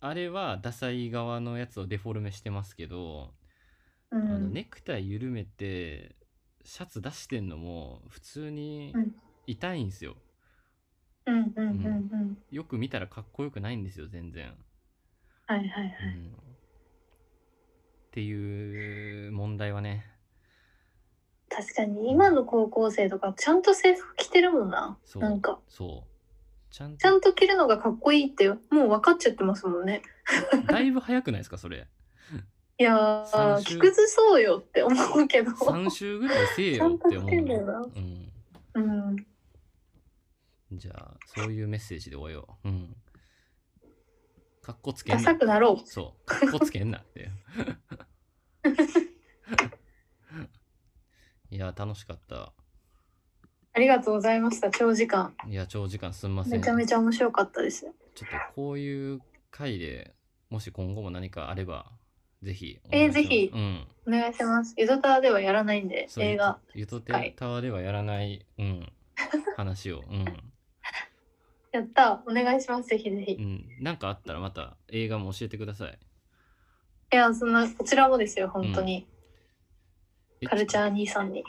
あれはダサい側のやつをデフォルメしてますけど、うあのん、ネクタイ緩めてシャツ出してんのも普通にうん痛いんですよ、うんうんうんうんよく見たらかっこよくないんですよ全然はいはいはうい、んっていう問題はね確かに今の高校生とかちゃんと制服着てるもんなそうなんかそうちゃんちゃとんと着るのがかっこいいってもう分かっちゃってますもんね。だいぶ早くないですかそれいやー、三種着崩そうよって思うけど。 3週ぐらいせえよって思ちゃんと着てんだよなう、うん、うん。じゃあそういうメッセージで終えよう、うん、かっこつけダんなサくなろう。そうかっこつけんなっていや楽しかったありがとうございました。長時間。いや長時間すんませんめちゃめちゃ面白かったです。ちょっとこういう回でもし今後も何かあればぜひえーお願いしますぜひうん、お願いします。ゆずたわではやらないんで、そう映画。ゆとゆとはていタワーではやらない、 うん、話を、うんやった。お願いします。ぜひぜうひ。ん、なんかあったらまた映画も教えてくださいいや、そんな、こちらもですよ、本当に。えカルチャー兄さんに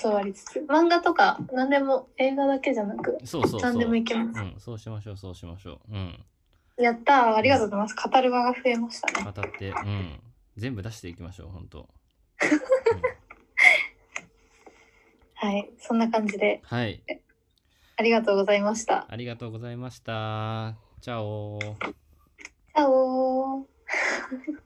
教わりつつ。漫画とか、何でも、映画だけじゃなく、 そうそうそう。何でもいけまうん、そうしましょう、そうしましょう。うん。す。やったー、ありがとうございます。語る場が増えましたね。語って、うん。全部出していきましょう、本当。うんはい、そんな感じで、はい。ありがとうございました。ありがとうございました。チャオ。チャオー。